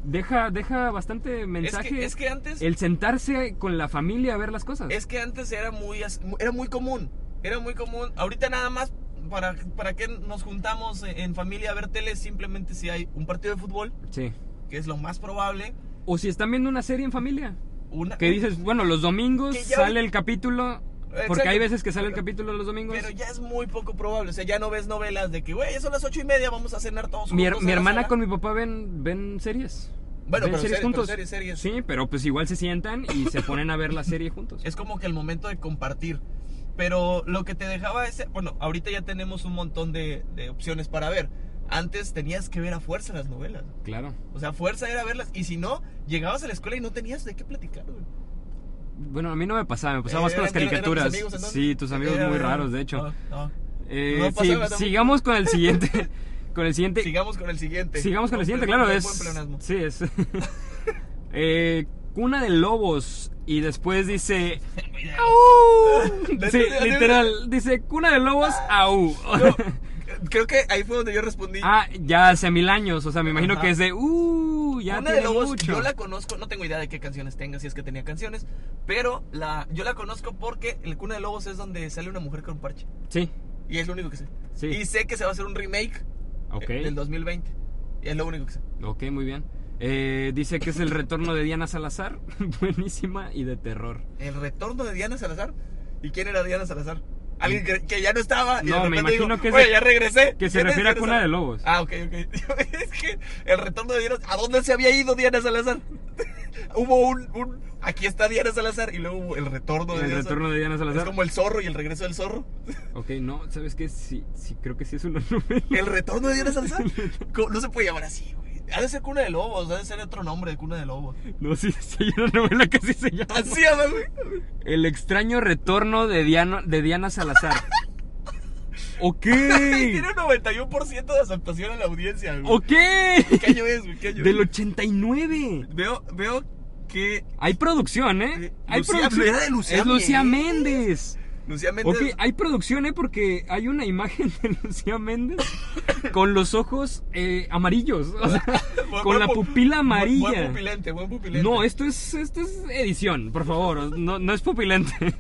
deja, deja bastante
es
mensaje
que, es que antes
el sentarse con la familia a ver las cosas.
es que antes era muy as- era muy común, era muy común. Ahorita nada más para para qué nos juntamos en, en familia a ver tele simplemente si hay un partido de fútbol,
Sí.
que es lo más probable,
O si están viendo una serie en familia,
una
que dices, bueno, los domingos
Que ya-
sale el capítulo, porque
Exacto.
hay veces que sale el capítulo los domingos.
pero ya es muy poco probable, o sea, ya no ves novelas de que, güey, son las ocho y media, vamos a cenar todos
Mi, her-
juntos
mi
en la
hermana
sala".
con mi papá ven, ven series.
Bueno,
ven
pero series, pero series, series.
Sí, pero pues igual se sientan y se ponen a ver la serie juntos.
es como que el momento de compartir. Pero lo que te dejaba es, bueno, ahorita ya tenemos un montón de, de opciones para ver. Antes tenías que ver a fuerza las novelas.
Claro.
O sea, fuerza era verlas. Y si no, llegabas a la escuela y no tenías de qué platicar, güey.
Bueno, a mí no me pasaba, me pasaba más
Eh,
con las
eran- eran tus
caricaturas.
amigos, entonces. eh,
sí, tus amigos
Era-
muy raros, de hecho.
No, no.
Eh,
Ah. no
sí,
pasaba tampoco.
sigamos con el siguiente. con el siguiente.
Sigamos con el siguiente.
Sigamos con el
Buen
siguiente,
pleonasmo,
claro. Es,
buen pleonasmo.
sí, es. Eh, cuna de lobos. Y después dice. ¡Au! Sí, literal. Dice Cuna de lobos, au.
Creo que ahí fue donde yo respondí.
Ah, ya hace mil años, o sea, me imagino
Ajá.
que es de, uh, ya
Una de
tiene
Lobos,
mucho.
yo la conozco, no tengo idea de qué canciones tenga, si es que tenía canciones, pero la, yo la conozco porque el Cuna de Lobos es donde sale una mujer con parche.
Sí,
Y es lo único que sé.
Sí.
Y sé que se va a hacer un remake
ok,
eh, del 2020. Y es lo único que sé.
ok, muy bien. Eh, dice que es el retorno de Diana Salazar, buenísima y de terror.
El retorno de Diana Salazar. ¿Y quién era Diana Salazar? Alguien que, que ya no estaba. Y
No,
de
me
repente
imagino
digo,
que se-
"Oye, ya regresé.
que se
¿Quién es
refiere
Diana
a Cuna
Salazar?
de Lobos.
Ah, ok, ok. es que el retorno de Diana. ¿A dónde se había ido Diana Salazar? hubo un, un- Aquí está Diana Salazar. Y luego hubo el retorno de
El
Diana
retorno de Diana
Salazar. Es
Salazar.
como el zorro y el regreso del zorro.
Ok, no, ¿sabes qué? Sí, sí, creo que sí es una novela.
El retorno de Diana Salazar. ¿Cómo? No se puede llamar así, güey. Ha de ser Cuna de Lobos. Ha de ser otro nombre de Cuna de Lobos.
No, sí, sí, hay una novela que así se llama.
Así, ama, güey.
El extraño retorno de Diana, de Diana Salazar. Ok,
Tiene un 91% de aceptación en la audiencia, güey.
ok.
¿Qué año es, güey? ¿Qué año
Del
es?
89.
Veo, veo que
Hay producción, ¿eh?
Eh,
Hay
Lucía-
producción.
era de Lucía
es Lucía
Méndez.
Méndez.
Lucía Méndez...
Ok, hay producción, ¿eh? Porque hay una imagen de Lucía Méndez con los ojos eh, amarillos. o sea,
Buen-
con
buen
la
pu-
pupila
buen- Buen
amarilla.
pupilente, buen pupilente.
No, esto es, esto es edición, por favor. No, no es pupilente.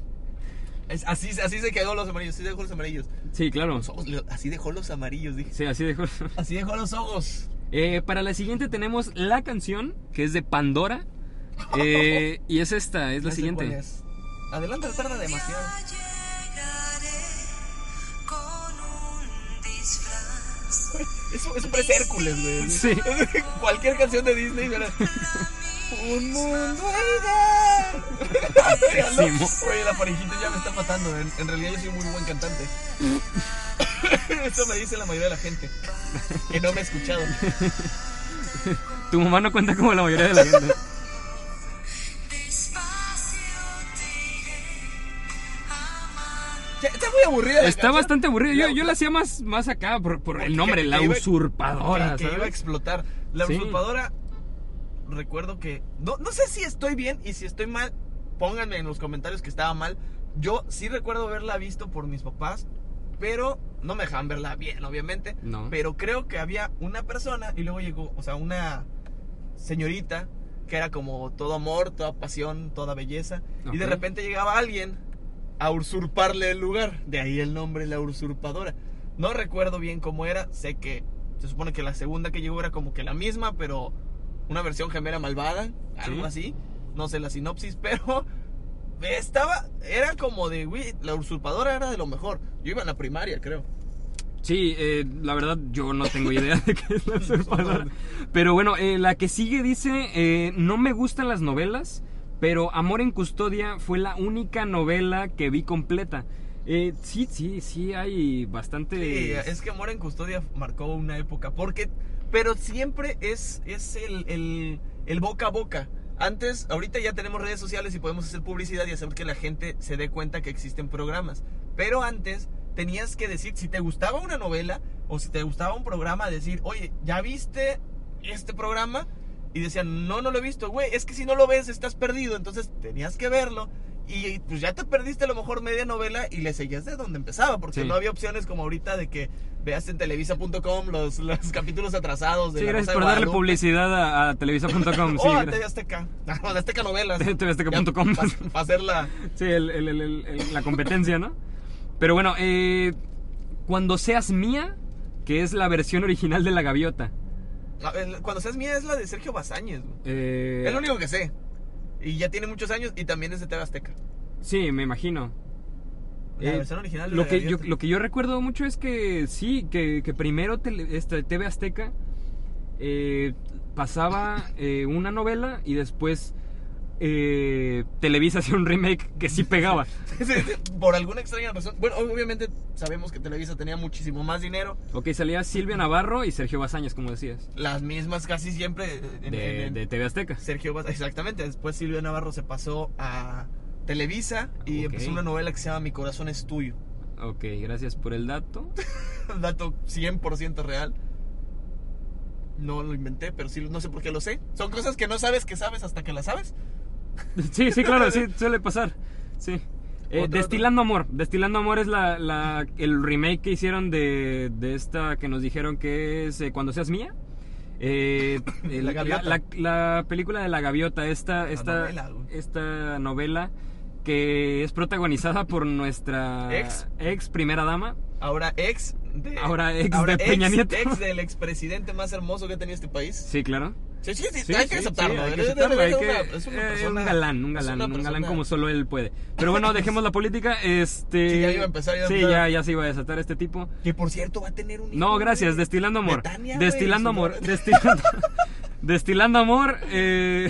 Es- así, así se quedó los amarillos, así dejó los amarillos.
Sí, claro.
Los ojos, le- así dejó los amarillos, dije.
Sí, así dejó.
Así dejó los ojos.
Eh, para la siguiente tenemos la canción, que es de Pandora. Eh, y es esta, es la
Ya sé cuál
siguiente.
es. Adelante, no tarda demasiado.
Llegaré con un disfraz.
Es, un- es un pre-Hércules, güey.
Sí.
Cualquier canción de Disney. Pero... un mundo ideal.
Pésimo.
Oye, la parejita ya me está matando. ¿eh? En, en realidad yo soy muy buen cantante. Eso me dice la mayoría de la gente. Que no me ha escuchado.
Tu mamá no cuenta como la mayoría de la gente.
Despacio te iré amando.
Ya, está muy aburrida. la
Está
canción.
bastante aburrido. Yo,
La-
yo la hacía más, más acá por, por
Porque
el nombre,
que-
la
que iba-
usurpadora.
Que, que iba a
¿sabes?
explotar. La
Sí.
usurpadora recuerdo que. No, no sé si estoy bien y si estoy mal, pónganme en los comentarios que estaba mal. Yo sí recuerdo haberla visto por mis papás, pero no me dejaban verla bien, obviamente.
No.
Pero creo que había una persona y luego llegó, o sea, una señorita que era como todo amor, toda pasión, toda belleza. Y de
Ok.
repente llegaba alguien a usurparle el lugar. De ahí el nombre, la usurpadora. No recuerdo bien cómo era. Sé que se supone que la segunda que llegó era como que la misma, pero una versión gemela malvada, algo así. No sé la sinopsis, pero estaba, era como de, güey, la usurpadora era de lo mejor. Yo iba en la primaria, creo.
Sí, eh, la verdad yo no tengo idea de qué es la usurpadora. Pero bueno, eh, la que sigue dice, eh, no me gustan las novelas, pero Amor en Custodia fue la única novela que vi completa. Eh, sí, sí, sí, hay bastante...
Sí, es que Amor en Custodia marcó una época, porque, pero siempre es, es el, el- el boca a boca. Antes, ahorita ya tenemos redes sociales y podemos hacer publicidad y hacer que la gente se dé cuenta que existen programas. Pero antes tenías que decir, si te gustaba una novela o si te gustaba un programa, decir, oye, ¿ya viste este programa? Y decían, no, no lo he visto, güey, es que si no lo ves estás perdido, entonces tenías que verlo. Y, y, pues ya te perdiste a lo mejor media novela y le seguías de donde empezaba, porque
Sí.
no había opciones como ahorita de que veas en televisa.com los, los capítulos atrasados de
Sí,
La Rosa
gracias
de
por darle
Guadalupe. Oh,
publicidad a, a televisa.com. sí,
o a
gracias.
TV Azteca, o de Azteca Novelas.
TV Azteca.com.
Para hacer la...
Sí, el- el- el- el- el- la competencia, ¿no? Pero bueno, eh, cuando seas mía, que es la versión original de la gaviota.
la- el- Cuando seas mía es la de Sergio Bazáñez, güey.
Eh,
Es lo único que sé. Y ya tiene muchos años y también es de TV Azteca.
Sí, me imagino.
La
Eh,
versión original de
Lo
la
que, yo,
gaviota.
lo que yo recuerdo mucho es que sí, que, que primero tele- este, TV Azteca eh, pasaba eh, una novela y después eh, Televisa hacía un remake que sí pegaba.
Sí, sí, Por alguna extraña razón. Bueno, obviamente sabemos que Televisa tenía muchísimo más dinero.
Ok, salía Silvia Navarro y Sergio Bazañas, como decías,
Las mismas casi siempre. eh, en- en-
de,
en-
de TV Azteca.
Sergio Bas- exactamente. Después Silvia Navarro se pasó a Televisa y
Ok.
empezó una novela que se llama Mi corazón es tuyo.
Ok, gracias por el dato.
Dato 100% real. No lo inventé, pero sí, no sé por qué lo sé. Son cosas que no sabes que sabes hasta que las sabes.
Sí, sí, claro, sí, suele pasar. Sí. Eh,
Otro,
Destilando Amor. Destilando Amor es la, la- el remake que hicieron de, de esta que nos dijeron que es eh, Cuando seas mía. Eh, eh,
La
la,
gaviota.
la- la película de la gaviota, esta, esta,
novela, güey.
esta novela que es protagonizada por nuestra
Ex.
ex primera dama.
Ahora ex de.
Ahora ex de Peña Nieto.
Ex del expresidente más hermoso que ha tenido este país.
Sí, claro.
Sí, sí, sí,
Sí,
hay que
sí,
aceptarlo.
sí, hay que
Es- es-
aceptarlo,
es
hay que-
una- es una
eh,
persona-
un galán, un
es
galán,
una
un galán
persona-
como solo él puede. Pero bueno, dejemos la política. Este,
Sí, ya iba a empezar, ya iba a
sí,
empezar.
ya, ya se iba a desatar este tipo.
Que por cierto va a tener un hijo.
No, gracias,
güey.
destilando amor.
Betania, güey,
destilando
su
amor,
nombre-
destilando, destilando amor. eh,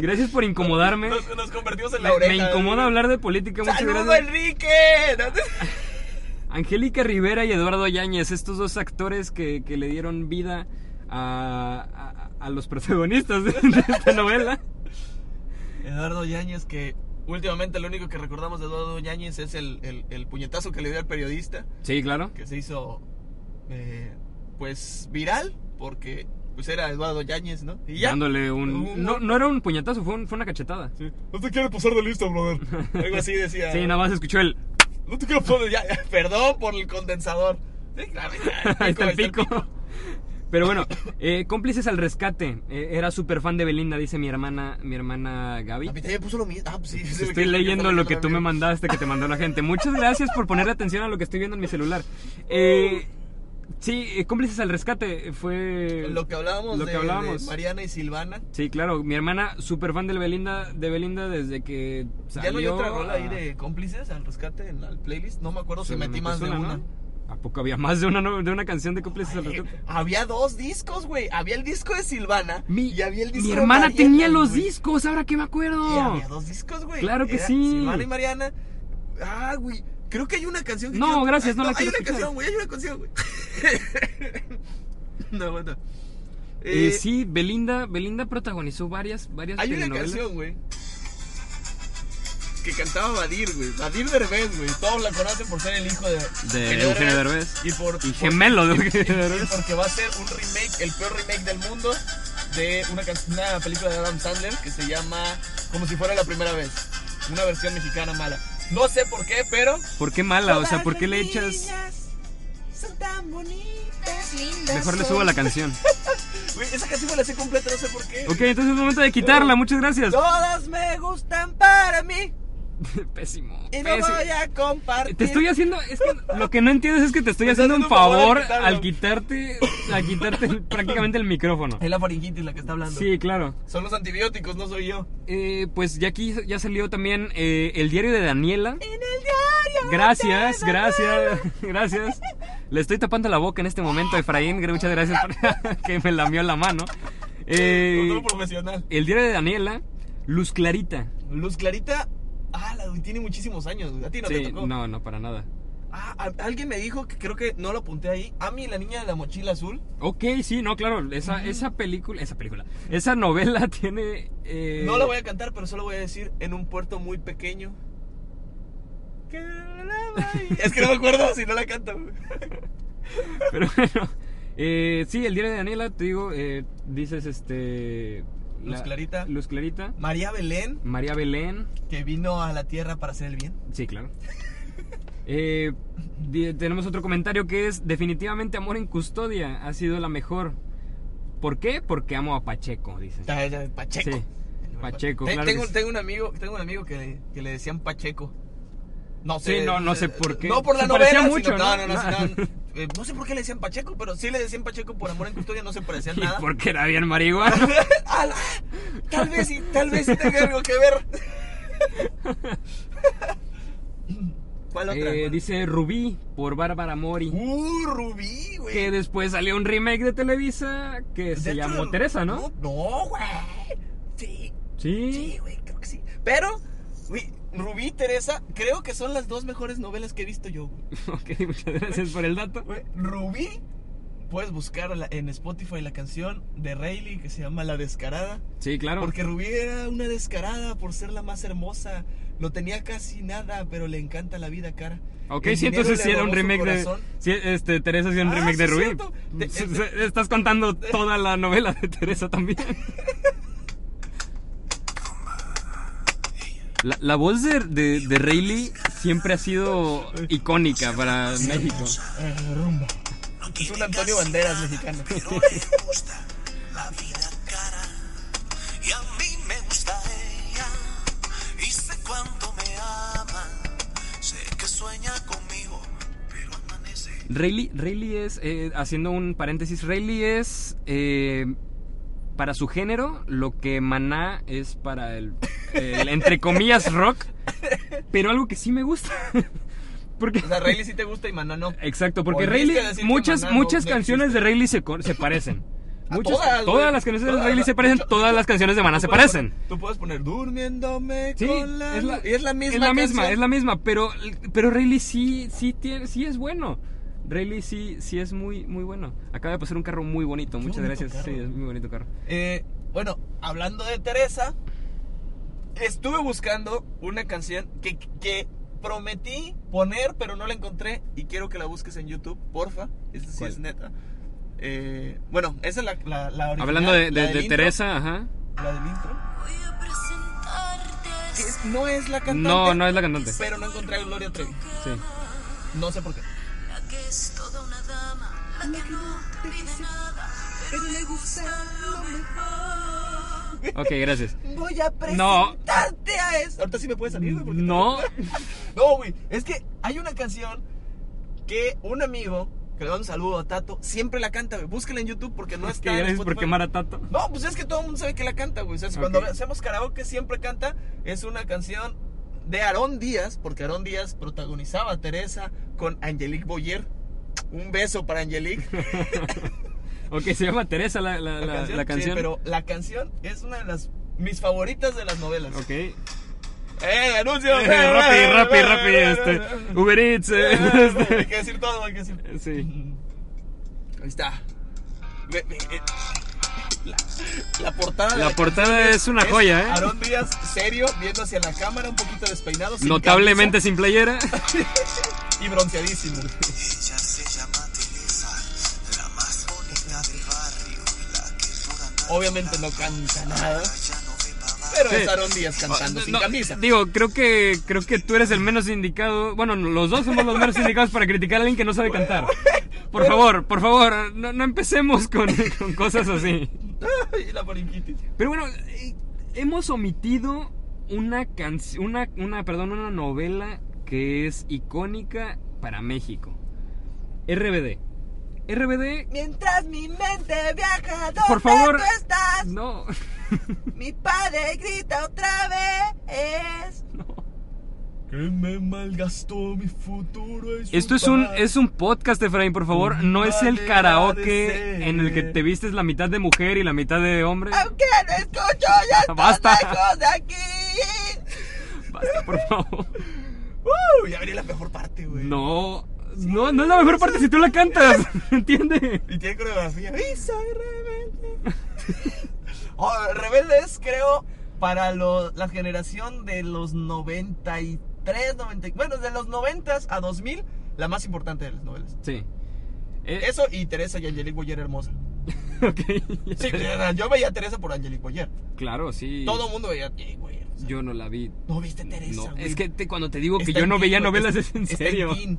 gracias por incomodarme.
Nos, nos convertimos en
Me,
la oreja. eh.
me incomoda
güey.
hablar de política. Muchas
¡Saludo,
gracias.
Enrique!
Angélica Rivera y Eduardo Yáñez, estos dos actores que, que le dieron vida a, a- a los protagonistas de, de esta novela.
Eduardo Yáñez, que últimamente lo único que recordamos de Eduardo Yáñez es el, el- el puñetazo que le dio al periodista,
Sí, claro.
que se hizo, eh, pues, viral, porque pues era Eduardo Yáñez, ¿no? Y ya.
Dándole
Un-
un... No, no era un puñetazo, fue, un- fue una cachetada. Sí,
No te quiero pasar de listo, brother. Algo así decía.
nada más escuchó el...
No te quiero poner ya, ya, Perdón por el condensador. Sí, claro,
Ahí está el pico. Pero bueno, eh, cómplices al rescate. Eh, era súper fan de Belinda, dice mi hermana, mi hermana Gaby.
A mí también me puso lo mismo. Ah, pues sí. sí,
Estoy
yo
leyendo
también
lo que tú me
también.
mandaste, que te mandó la gente. Muchas gracias por ponerle atención a lo que estoy viendo en mi celular. Eh, sí, eh, cómplices al rescate eh, fue...
Lo que hablábamos,
Lo
de,
que hablábamos.
de Mariana y Silvana.
Sí, claro, mi hermana súper fan de Belinda, de Belinda desde que
ya no hay
salió.
otra rola
a-
ahí de cómplices al rescate en la playlist. No me acuerdo si
Se me
metí
metió
más de
sola, ¿no?
una.
¿A poco había más de una, no- de una canción de cómplices al
Eh,
rescate?
había dos discos, güey. Había el disco de Silvana
Mi,
y había el
mi
disco de
hermana
Mariana,
tenía los
güey.
discos, ahora que me acuerdo.
Y había dos discos, güey.
Claro que
Era
sí.
Silvana y Mariana. Ah, güey. Creo que hay una canción que
No,
quiero-
gracias, no
Ay,
la
Hay
quiero
una
escuchar.
canción, güey. Hay una canción, güey. no, bueno.
Eh,
Eh,
sí, Belinda, Belinda protagonizó varias, varias
Hay una
telenovelas.
canción, güey. que cantaba Badir, güey. Badir Derbez, güey. Todos la conocen por ser el hijo de,
De Eugenio Derbez.
Y por,
Y
por-
gemelo de
y
Eugenio Derbez.
porque va a ser un remake, el peor remake del mundo de una, can- una película de Adam Sandler que se llama Como si fuera la primera vez. Una versión mexicana mala. No sé por qué, pero
¿Por qué mala? O sea, ¿por qué le echas...? Mejor le subo la canción.
güey, esa canción me la sé completa, no sé por qué.
Ok, entonces es momento de quitarla. Muchas gracias.
Todas me gustan para mí
Pésimo.
y no
pésimo.
voy a compartir.
Te estoy haciendo, es que lo que no entiendes es que te estoy
Me estás
haciendo un
haciendo un favor
favor
al quitarlo.
al quitarte, al quitarte el- prácticamente el micrófono.
Es la faringitis la que está hablando.
Sí, claro.
Son los antibióticos, no soy yo.
Eh, pues ya aquí ya salió también eh, el diario de Daniela.
En el diario.
Gracias, gracias, gracias. Le estoy tapando la boca en este momento a Efraín. Muchas gracias por que me lamió la mano. Eh,
Todo profesional.
el diario de Daniela, Luz Clarita.
Luz Clarita. Ah, la, tiene muchísimos años. güey. A ti no te
Sí,
tocó.
no, no, para nada.
Ah, a- alguien me dijo que creo que no lo apunté ahí. Ami, la niña de la mochila azul.
Ok, sí, no, claro, esa, esa película, esa película, esa novela tiene... eh,
No la voy a cantar, pero solo voy a decir en un puerto muy pequeño. que la bahía- es que no me acuerdo si no la canto. güey.
Pero bueno, eh, sí, el diario de Daniela, te digo, eh, dices este...
Luz Clarita.
Luz Clarita.
María Belén,
María Belén.
que vino a la tierra para hacer el bien.
Sí, claro. Eh, di- tenemos otro comentario que es, definitivamente Amor en Custodia ha sido la mejor. ¿Por qué? Porque amo a Pacheco, dice.
Ah, ya, Pacheco.
Sí, Pacheco,
Te-
claro
tengo,
que sí.
tengo un amigo, tengo un amigo que, que le decían Pacheco. No
Sí,
sé. eh,
no- no sé por qué.
No por la
Se
novela.
parecía
sino-
mucho,
no,
¿no?
no, no,
Ah.
sino- eh, no sé por qué le decían Pacheco, pero sí le decían Pacheco por amor en custodia, no se parecía
Y
nada.
porque era bien marihuana.
Ala, tal vez sí, tal vez sí tenga algo que ver. ¿Cuál otra?
Eh,
¿Cuál?
dice Rubí por Bárbara Mori.
Uh, Rubí, güey.
Que después salió un remake de Televisa que se
De hecho,
llamó Teresa, ¿no?
No, güey. Sí, sí,
Sí.
güey, creo que sí. Pero, güey, Rubí y Teresa, creo que son las dos mejores novelas que he visto yo, güey.
Ok, muchas gracias por el dato.
Güey, Rubí, puedes buscar la- en Spotify la canción de Rayleigh que se llama La Descarada.
Sí, claro.
Porque Rubí era una descarada por ser la más hermosa. No tenía casi nada, pero le encanta la vida cara.
ok,
El
sí,
dinero le
entonces sí era un
robó su
remake de.
corazón.
sí, este, Teresa sí era un
Ah,
remake de
sí,
Rubí.
cierto. Este Te-
S- s- Estás contando toda la novela de Teresa también. La, la voz de, de, de Rayleigh siempre ha sido icónica para México.
Eh, rumba. Es un Antonio Banderas mexicano.
Pero le gusta la vida cara y a mí me gusta ella y sé cuánto me ama. Sé que sueña conmigo, pero amanece.
Rayleigh, Rayleigh es, eh, haciendo un paréntesis, Rayleigh es eh, para su género lo que Maná es para el, el, entre comillas, rock, pero algo que sí me gusta. porque,
O sea, Rayleigh sí te gusta y Maná no.
exacto, porque
Volviste a
Rayleigh,
decir que
muchas,
Maná no-
muchas
no
canciones
existe.
de Rayleigh se, co- se parecen.
A
Muchas-
todas,
todas,
güey.
las canciones
Todas,
de Rayleigh se
mucho-
parecen,
mucho-
todas las canciones de Maná
Tú
se
puedes
parecen.
poner- tú puedes poner durmiéndome
Sí,
con la...
es la,
y es la misma.
es la misma,
canción.
es la misma, pero, pero Rayleigh sí, sí, tiene, sí es bueno. Rayleigh sí, sí es muy, muy bueno. Acaba de pasar un carro muy bonito, muchas
bonito
gracias.
carro.
Sí, es muy bonito carro.
Eh, bueno, hablando de Teresa, estuve buscando una canción que, que prometí poner, pero no la encontré. Y quiero que la busques en YouTube, porfa. Esta sí
¿Cuál?
es neta. Eh, bueno, esa es la, la, la original,
Hablando de,
la
de-
del
de
intro,
Teresa, ajá.
La del intro.
Voy a presentarte
que es- no es la cantante.
No, no es la cantante.
Pero no encontré a Gloria Trevi.
Sí.
No sé por qué.
la que es toda una dama, la que no te pide nada, pero le gusta lo mejor.
Ok, gracias.
Voy a
No.
presentarte a eso. Ahorita sí me puede salir, güey. porque-
No,
No, güey. Es que hay una canción que un amigo, que le mando un saludo a Tato, siempre la canta, güey. Búsquela en YouTube porque no
es
está.
que
en
gracias por
Spotify.
quemar a Tato.
No, pues es que todo el mundo sabe que la canta, güey. O sea, es cuando
Ok.
hacemos karaoke siempre canta. Es una canción de Aarón Díaz, porque Aarón Díaz protagonizaba a Teresa con Angelique Boyer. Un beso para Angelique.
Ok, se llama Teresa la, la- la- la
Sí,
canción.
pero la canción es una de las mis favoritas de las novelas.
Ok.
¡Eh, anuncio!
rápido, rápido, rápido. Este, Uber Eats. eh, este.
Hay que decir todo, hay que decir.
Sí.
Ahí está. Ve- ve- eh, la- La portada de
La portada
canción
es una joya, ¿eh?
Aarón Díaz, serio, viendo hacia la cámara, un poquito despeinado. sin
Notablemente sin playera.
camisa Y bronceadísimo.
Ella se llama Teresa, la más bonita del barrio, la que toda
Obviamente no canta nada.
ya no ve pa' abajo.
Pero
Sí. Ah,
es Aarón Díaz cantando sin
No,
camisa.
Digo, creo que creo que tú eres el menos indicado. Bueno, los dos somos los menos indicados para criticar a alguien que no sabe cantar. Por favor, por favor, no, no empecemos con, con cosas así.
y la faringitis.
Pero bueno, eh, hemos omitido una canción, una, una, perdón, una novela que es icónica para México. RBD. RBD.
Mientras mi mente viaja, ¿dónde
Por favor.
tú estás?
No.
Mi padre grita otra vez.
Que me malgastó mi futuro. y su
Esto es un,
paz.
es un podcast, Efraín, por favor. No es el karaoke en el que te vistes la mitad de mujer y la mitad de hombre.
Aunque no escucho, ya estás
Basta.
lejos de aquí.
Basta, por favor.
¡Uh! Ya venía la mejor parte, güey.
No. No, no es la mejor parte si tú la cantas. ¿Entiendes?
Y tiene coreografía. ¡Y soy rebelde! Oh, rebelde es, creo, para lo- la generación de los 93, 90. Bueno, de los 90 a 2000, la más importante de las novelas.
Sí. Eh,
Eso y Teresa y Angelique Boyer hermosa.
ok.
Sí, yo veía a Teresa por Angelique Boyer.
Claro, sí.
Todo el mundo veía a Angelique Boyer. O sea,
Yo no la vi.
¿No viste Teresa?
No,
güey?
es que te- cuando te digo que
Está
yo
en
no
King,
veía
güey,
novelas es
está-
en
está
serio.
King.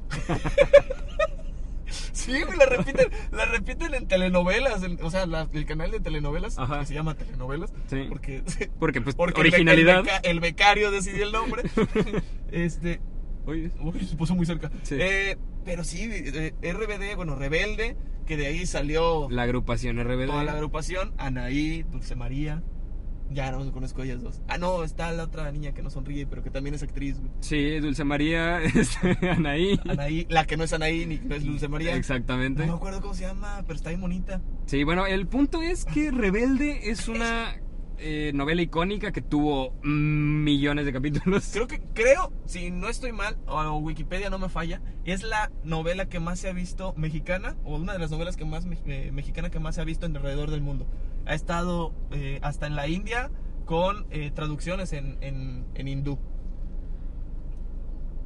sí, güey, la repiten, la repiten en telenovelas. en- o sea, la- el canal de telenovelas,
Ajá.
que se llama Telenovelas.
Sí.
Porque,
Porque pues
porque el beca-
originalidad.
El, beca- el becario decidió el nombre. este.
Oye,
Uy, se puso muy cerca.
Sí.
Eh, pero sí, eh, RBD, bueno, Rebelde, que de ahí salió
la agrupación RBD.
toda la agrupación. Anaí, Dulce María. Ya no conozco a ellas dos. Ah, no, está la otra niña que no sonríe, pero que también es actriz. güey.
Sí, Dulce María, este, Anaí.
Anaí, la que no es Anaí ni no es Dulce María.
Exactamente.
No me acuerdo cómo se llama, pero está bien bonita.
Sí, bueno, el punto es que Rebelde es una eh, novela icónica que tuvo mm, millones de capítulos.
Creo que, creo, si no estoy mal, o Wikipedia no me falla, es la novela que más se ha visto mexicana, o una de las novelas que más me- eh, mexicana que más se ha visto en alrededor del mundo. Ha estado eh, hasta en la India con eh, traducciones en, en, en hindú.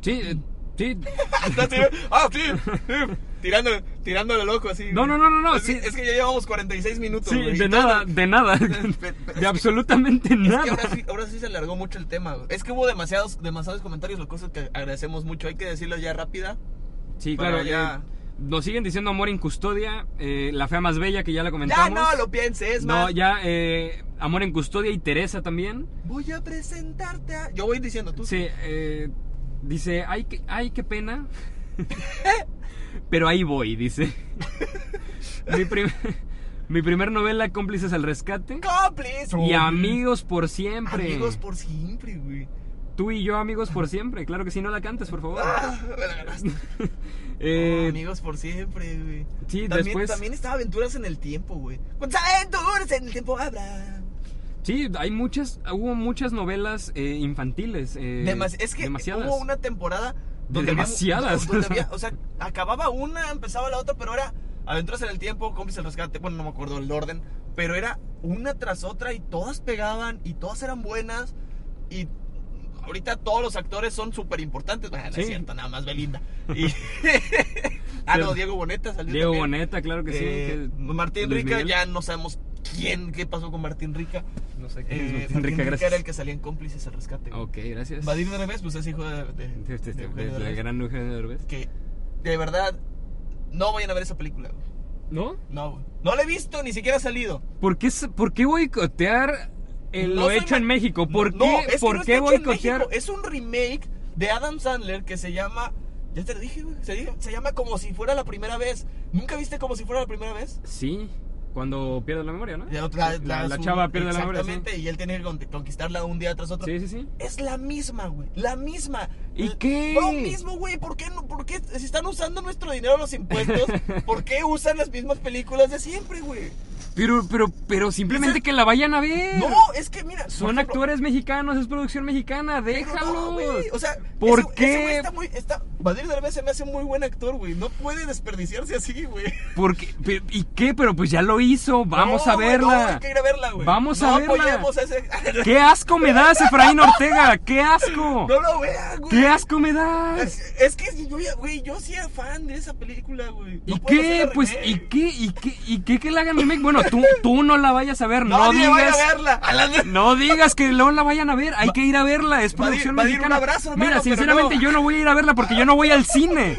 Sí, eh, sí.
ah, sí, sí, tirando, tirándole loco así.
No, no, no, no, no,
Es,
sí.
es que ya llevamos 46 minutos.
Sí,
güey,
de
y
nada,
todo-
de nada.
pero es
De
que-
absolutamente
Es
nada.
que ahora sí, ahora sí se alargó mucho el tema. güey. Es que hubo demasiados, demasiados comentarios, lo cosa que agradecemos mucho. Hay que decirlo ya rápida.
Sí,
Para
claro,
ya-
eh, nos siguen diciendo Amor en Custodia, eh, La Fea Más Bella, que ya la
Ya
comentamos.
no lo pienses,
No,
más.
ya, eh, Amor en Custodia y Teresa también.
Voy a presentarte a. Yo voy diciendo tú.
Sí, eh, dice, ay, qué, ay, qué pena. Pero ahí voy, dice. mi, prim- mi primer novela, Cómplices al Rescate.
Cómplices.
Y amigos por siempre.
Amigos por siempre, güey.
Tú y yo amigos por siempre. Claro que sí, no la cantes, por favor.
Ah, me la ganaste.
Eh,
Oh, amigos por siempre, güey.
sí,
también,
después-
También estaba Aventuras en el Tiempo, güey. ¿Cuántas aventuras en el tiempo habrá?
sí, hay muchas, hubo muchas novelas eh, infantiles. eh,
Demasi- es que
demasiadas.
hubo una temporada donde había-
demasiadas.
donde había- o sea, acababa una, empezaba la otra, pero era Aventuras en el tiempo, cómplices el rescate, bueno, no me acuerdo el orden, pero era una tras otra y todas pegaban y todas eran buenas y ahorita todos los actores son súper importantes. Bueno, no
Sí.
es cierto, nada más Belinda. Y- ah, no, Diego Boneta salió
Diego
también.
Boneta, claro que sí.
Eh,
que-
Martín
Luis
Rica,
Miguel.
ya no sabemos quién, qué pasó con Martín Rica.
No sé
Eh,
quién es Martín
Martín
Rica,
Rica,
gracias.
era el que salía en cómplices al rescate. güey.
Ok, gracias.
Vadir Derbez, pues es hijo de, de-
Este, este,
de
este,
Eugenio
de la
Derbez.
gran Eugenio Derbez.
Que de verdad no vayan a ver esa película. güey.
¿No?
No, güey. no la he visto, ni siquiera ha salido.
¿Por qué, s- por qué boicotear
No
el Eh, lo
soy
hecho en
ma-
México? ¿Por
No,
qué,
es que
por
no está
qué
hecho en
boicotear?
México. Es un remake de Adam Sandler que se llama. Ya te lo dije, güey. Se, di- se llama como si fuera la primera vez. ¿Nunca viste como si fuera la primera vez?
Sí, cuando pierdes la memoria, ¿no?
La,
La, la
su-
chava pierde la memoria. Sí.
Exactamente, y él tiene que con- conquistarla un día tras otro.
sí, sí, sí.
Es la misma, güey. La misma.
¿Y
L-
qué?
Lo mismo, güey. ¿Por qué, no- ¿Por qué si están usando nuestro dinero los impuestos? ¿Por qué usan las mismas películas de siempre, güey?
Pero, pero, pero simplemente que la vayan a ver.
No, es que mira. por
Son
ejemplo,
actores mexicanos, es producción mexicana,
pero no,
déjalos.
güey, o sea,
¿Por
ese- ese
qué?
güey está muy. Está, Badir Derbez se me hace muy buen actor, güey. No puede desperdiciarse así, güey.
Porque, pe- ¿Y qué? Pero pues ya lo hizo. Vamos
No,
a
güey, no, hay
verla.
que ir a verla, güey.
Vamos a
No
verla.
apoyemos a ese-
¡Qué asco me das, Efraín Ortega! ¡Qué asco!
No lo vean, güey.
¡Qué asco me das!
Es, es que yo, ya- güey, yo sí era fan de esa película, güey. No
¿Y
puedo
qué?
hacer
Pues,
remake.
¿y qué? ¿Y qué? ¿Y qué que la hagan remake? Bueno, tú, tú no la vayas a ver, no,
Nadie
digas.
vaya a verla. A la de-
No digas que no la vayan a ver, hay que ir a verla, es
Va a ir-
producción
va a ir un
mexicana.
abrazo, hermano,
Mira,
pero
sinceramente
no.
yo no voy a ir a verla porque yo no voy al cine.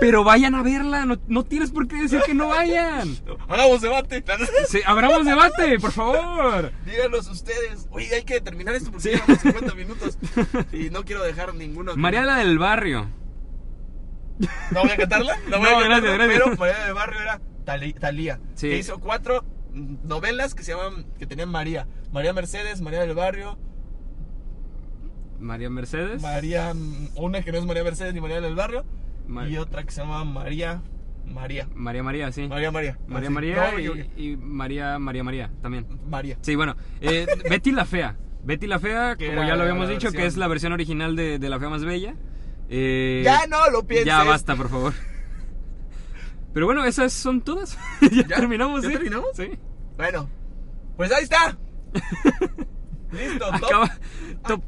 Pero vayan a verla, no, no tienes por qué decir que no vayan.
Hagamos debate.
Sí, abramos debate, por favor.
Díganos ustedes. Oye, hay que terminar esto porque llevamos 50 minutos. Y no quiero dejar ninguno.
Mariala del barrio.
No voy a cantarla. No, voy
No,
a cantarla,
gracias, gracias.
Pero María del Barrio era Tali- Talía.
Sí.
Que hizo cuatro mm, novelas que se llaman, que tenían María. María Mercedes, María del Barrio,
María Mercedes.
María, mm, una que no es María Mercedes ni María del Barrio.
Mar-
y otra que se llama María, María.
María María, sí.
María María.
María
Así.
María
No, me equivoqué.
y, y María María María también.
María.
Sí, bueno, eh, Betty la Fea. Betty la Fea,
Que
como
era
ya lo
la
habíamos dicho, que
versión-
es la versión original de, de La Fea Más Bella. Eh,
Ya no lo pienses.
Ya basta, por favor. Pero bueno, esas son todas. ya,
¿Ya?
terminamos,
¿Ya
¿sí?
terminamos?
Sí.
Bueno, pues ahí está. Listo, top,
Acaba. Top.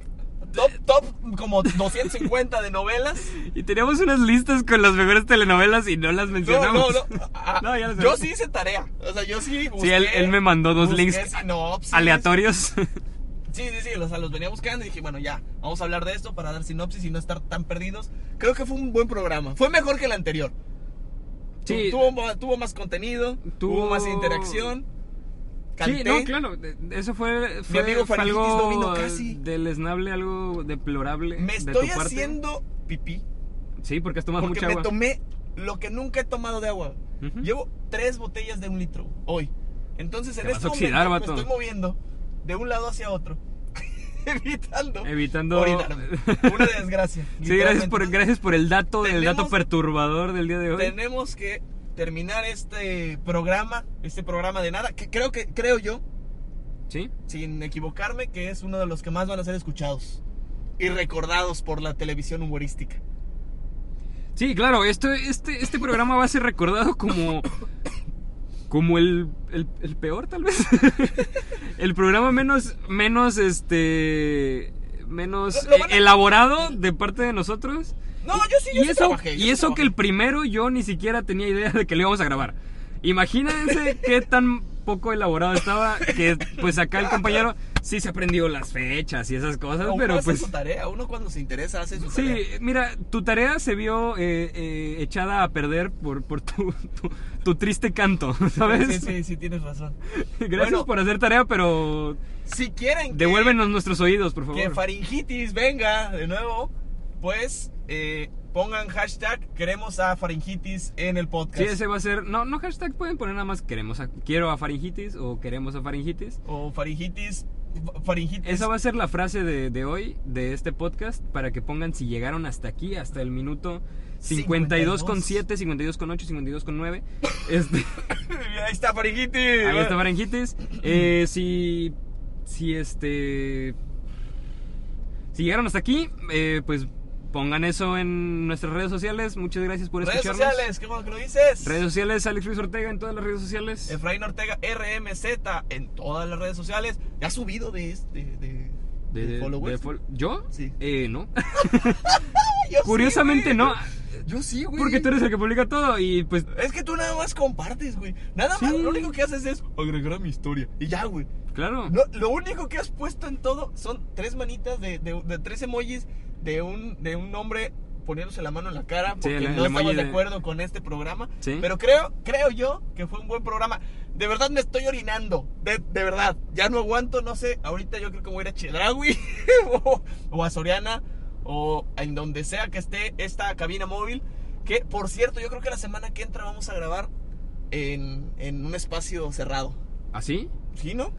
top, top, como 250 de novelas.
Y teníamos unas listas con las mejores telenovelas y no las
No,
mencionamos.
no, no. Ah,
No, ya lo
yo
sé.
sí hice tarea. O sea, yo sí. Busqué,
Sí, él, él me mandó dos
busqué
links
sinopsis.
aleatorios.
Sí, sí, sí. O sea, los venía buscando y dije, bueno, ya, vamos a hablar de esto para dar sinopsis y no estar tan perdidos. Creo que fue un buen programa. Fue mejor que el anterior.
Sí.
Tu- Tuvo, ma- tuvo más contenido,
Tuvo-
tuvo más interacción. Canté.
Sí, no, claro. de- Eso fue, fue,
amigo
fue
Faringitis
algo
no vino casi.
deleznable, algo deplorable.
Me
de
estoy
tu parte.
haciendo pipí
Sí, porque has tomado
porque
mucha
me
agua.
tomé lo que nunca he tomado de agua.
Ujú.
Llevo tres botellas de un litro hoy. Entonces en
Te vas
este
a oxidar,
momento
vato.
me estoy moviendo de un lado hacia otro, evitando,
Evitando-
orinarme. Una desgracia.
Sí, gracias por,
literalmente.
gracias por el dato, el dato
Tenemos-
perturbador del día de hoy.
Tenemos que terminar este programa, este programa de nada, que creo que creo yo,
Sí.
sin equivocarme, que es uno de los que más van a ser escuchados y recordados por la televisión humorística.
Sí, claro, esto, este, este programa va a ser recordado como, como el, el, el peor, tal vez. el programa menos, menos, este, menos
Lo- lo van a-
elaborado de parte de nosotros.
No, yo sí, yo
Y
sí
eso,
trabajé, yo
y
sí
eso que
trabajé.
el primero yo ni siquiera tenía idea de que lo íbamos a grabar. Imagínense qué tan poco elaborado estaba que pues acá el compañero sí se aprendió las fechas y esas cosas,
Uno
pero
hace
pues...
su tarea, uno cuando se interesa hace su
Sí,
tarea.
mira, tu tarea se vio eh, eh, echada a perder por, por tu, tu, tu triste canto, ¿sabes?
Sí, sí, sí, tienes razón.
Gracias
Bueno.
por hacer tarea, pero
Si quieren que,
devuélvenos nuestros oídos, por
que
favor.
Faringitis venga de nuevo, pues eh, pongan hashtag queremos a Faringitis en el
Sí,
podcast.
ese va a ser... No, no hashtag, pueden poner nada más queremos a, quiero a faringitis o queremos a faringitis.
O Faringitis, fa- Faringitis.
Esa va a ser la frase de, de hoy, de este podcast, para que pongan si llegaron hasta aquí, hasta el minuto 52.7, 52.8, 52.9. Este,
Ahí está Faringitis.
ahí está Faringitis. Eh, si, si este... Si llegaron hasta aquí, eh, pues pongan eso en nuestras redes sociales. Muchas gracias por
Redes
escucharnos.
sociales, ¿qué bueno que lo dices?
Redes sociales, Alex Luis Ortega en todas las redes sociales.
Efraín Ortega RMZ en todas las redes sociales. Ya ha subido de este de,
De- de-
de followers.
de fol- ¿Yo?
Sí.
Eh, no.
Yo sí,
Curiosamente
güey.
no,
Yo sí, güey.
porque tú eres el que publica todo y pues
Es que tú nada más compartes, güey. Nada
Sí.
más, lo único que haces es agregar a mi historia. Y ya, güey.
claro.
No, lo único que has puesto en todo son tres manitas de, de- de tres emojis de un, de un hombre poniéndose la mano en la cara porque
el- el
no
emoji
estamos de
de-
acuerdo con este programa.
Sí.
Pero creo, creo yo que fue un buen programa. De verdad me estoy orinando. De, de verdad. Ya no aguanto, no sé. Ahorita yo creo que voy a ir a Chedraui o, o a Soriana o en donde sea que esté esta cabina móvil. Que por cierto, yo creo que la semana que entra vamos a grabar en, en un espacio cerrado.
¿Así?
¿Sí, no?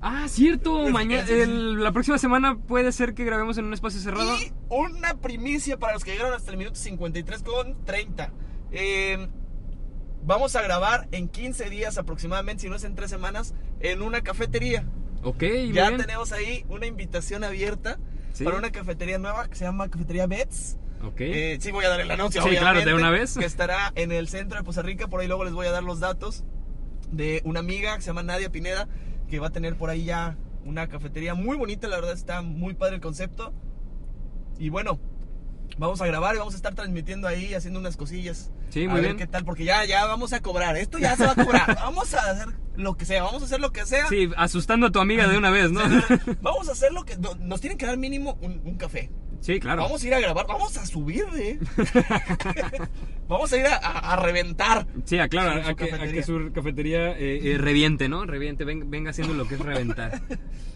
Ah, cierto.
Es-
Mañana,
es- es-
la próxima semana puede ser que grabemos en un espacio cerrado.
Y una primicia para los que llegaron hasta el minuto 53 con 30. Eh, vamos a grabar en 15 días aproximadamente, si no es en 3 semanas, en una cafetería.
Ok, muy
ya
bien.
tenemos ahí una invitación abierta
Sí.
para una cafetería nueva que se llama Cafetería Bets.
Ok.
Eh, sí, voy a dar el anuncio.
Sí, claro, de
obviamente,
una vez.
Que estará en el centro de Poza Rica. Por ahí luego les voy a dar los datos de una amiga que se llama Nadia Pineda, que va a tener por ahí ya una cafetería muy bonita. La verdad está muy padre el concepto. Y bueno, vamos a grabar y vamos a estar transmitiendo ahí, haciendo unas cosillas.
Sí,
a
muy
ver
bien.
qué tal, porque ya, ya vamos a cobrar. Esto ya se va a cobrar. vamos a hacer lo que sea, vamos a hacer lo que sea.
Sí, asustando a tu amiga de una vez, ¿no?
Vamos a hacer lo que... no- Nos tienen que dar mínimo un- un café.
sí, claro.
Vamos a ir a grabar, vamos a subir, eh. vamos a ir a, a- a reventar.
Sí, claro,
Su- su
a, que, a
cafetería.
que su cafetería eh, eh, reviente, ¿no? Reviente, ven- venga haciendo lo que es reventar.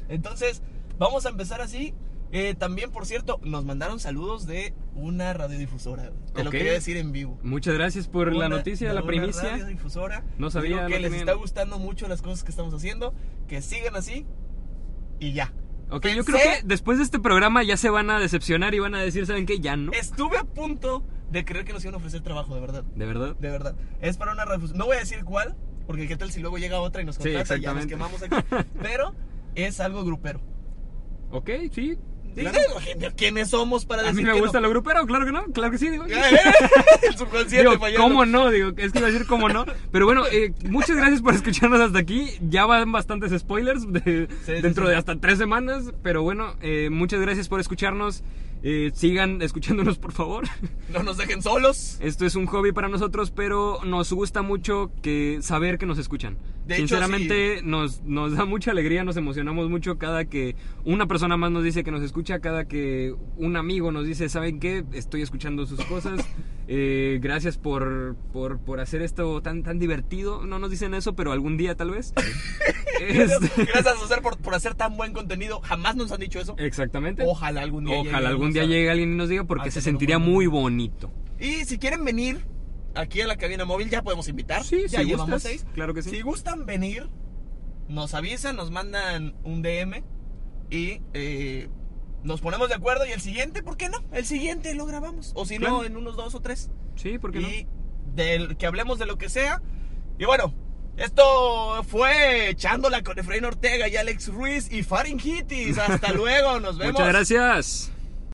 Entonces, vamos a empezar así. Eh, también, por cierto, nos mandaron saludos de una radiodifusora. güey. Te lo
Ok.
quería decir en vivo.
Muchas gracias por la
Una-
noticia, la
una
primicia.
radiodifusora.
No
Les
sabía,
digo
no
que les
tenía-
está gustando mucho las cosas que estamos haciendo. Que sigan así. Y ya.
Ok, yo creo
Pensé-
que después de este programa ya se van a decepcionar y van a decir, ¿saben qué? Ya no.
Estuve a punto de creer que nos iban a ofrecer trabajo, de verdad.
¿De verdad?
De verdad. Es para una radiodifusora. No voy a decir cuál, porque qué tal si luego llega otra y nos
Sí,
contrata y ya nos quemamos
exactamente.
aquí. Pero es algo grupero.
Ok, sí.
Digo,
claro.
¿Quiénes somos para
A
decir
mí me
que
gusta
no? Eh,
lo grupero, claro que no, claro que sí, digo.
El subconsciente
Digo,
fallando.
¿cómo no? Digo, es que iba a decir cómo no. Pero bueno, eh, muchas gracias por escucharnos hasta aquí. Ya van bastantes spoilers de-
Sí, sí,
dentro
sí.
de hasta tres semanas. Pero bueno, eh, muchas gracias por escucharnos. Eh, sigan escuchándonos, por favor.
No nos dejen solos.
Esto es un hobby para nosotros, pero nos gusta mucho que saber que nos escuchan.
De hecho,
Sinceramente, nos, nos da mucha alegría, nos emocionamos mucho cada que una persona más nos dice que nos escucha, cada que un amigo nos dice, ¿saben qué? Estoy escuchando sus cosas. Eh, gracias por, por, por hacer esto tan, tan divertido. No nos dicen eso, pero algún día tal vez. Este-
Gracias, César, por, por hacer tan buen contenido. Jamás nos han dicho eso.
exactamente.
Ojalá algún día llegue
Este. Ojalá algún día
a-
llegue alguien y nos diga porque
a
se
tener
sentiría
un buen
muy bonito.
Y si quieren venir aquí a la cabina móvil, ya podemos invitar.
Sí,
ya
si
llevamos
gustas,
seis.
claro que sí.
Si gustan venir, nos avisan, nos mandan un DM y eh, nos ponemos de acuerdo. Y el siguiente, ¿por qué no? El siguiente lo grabamos. O si
Claro.
no, en unos dos o tres.
Sí, ¿por qué no?
Y del, que hablemos de lo que sea. Y bueno, esto fue echándola con Efraín Ortega y Alex Ruiz y Faringitis. Hasta luego, nos vemos.
Muchas gracias.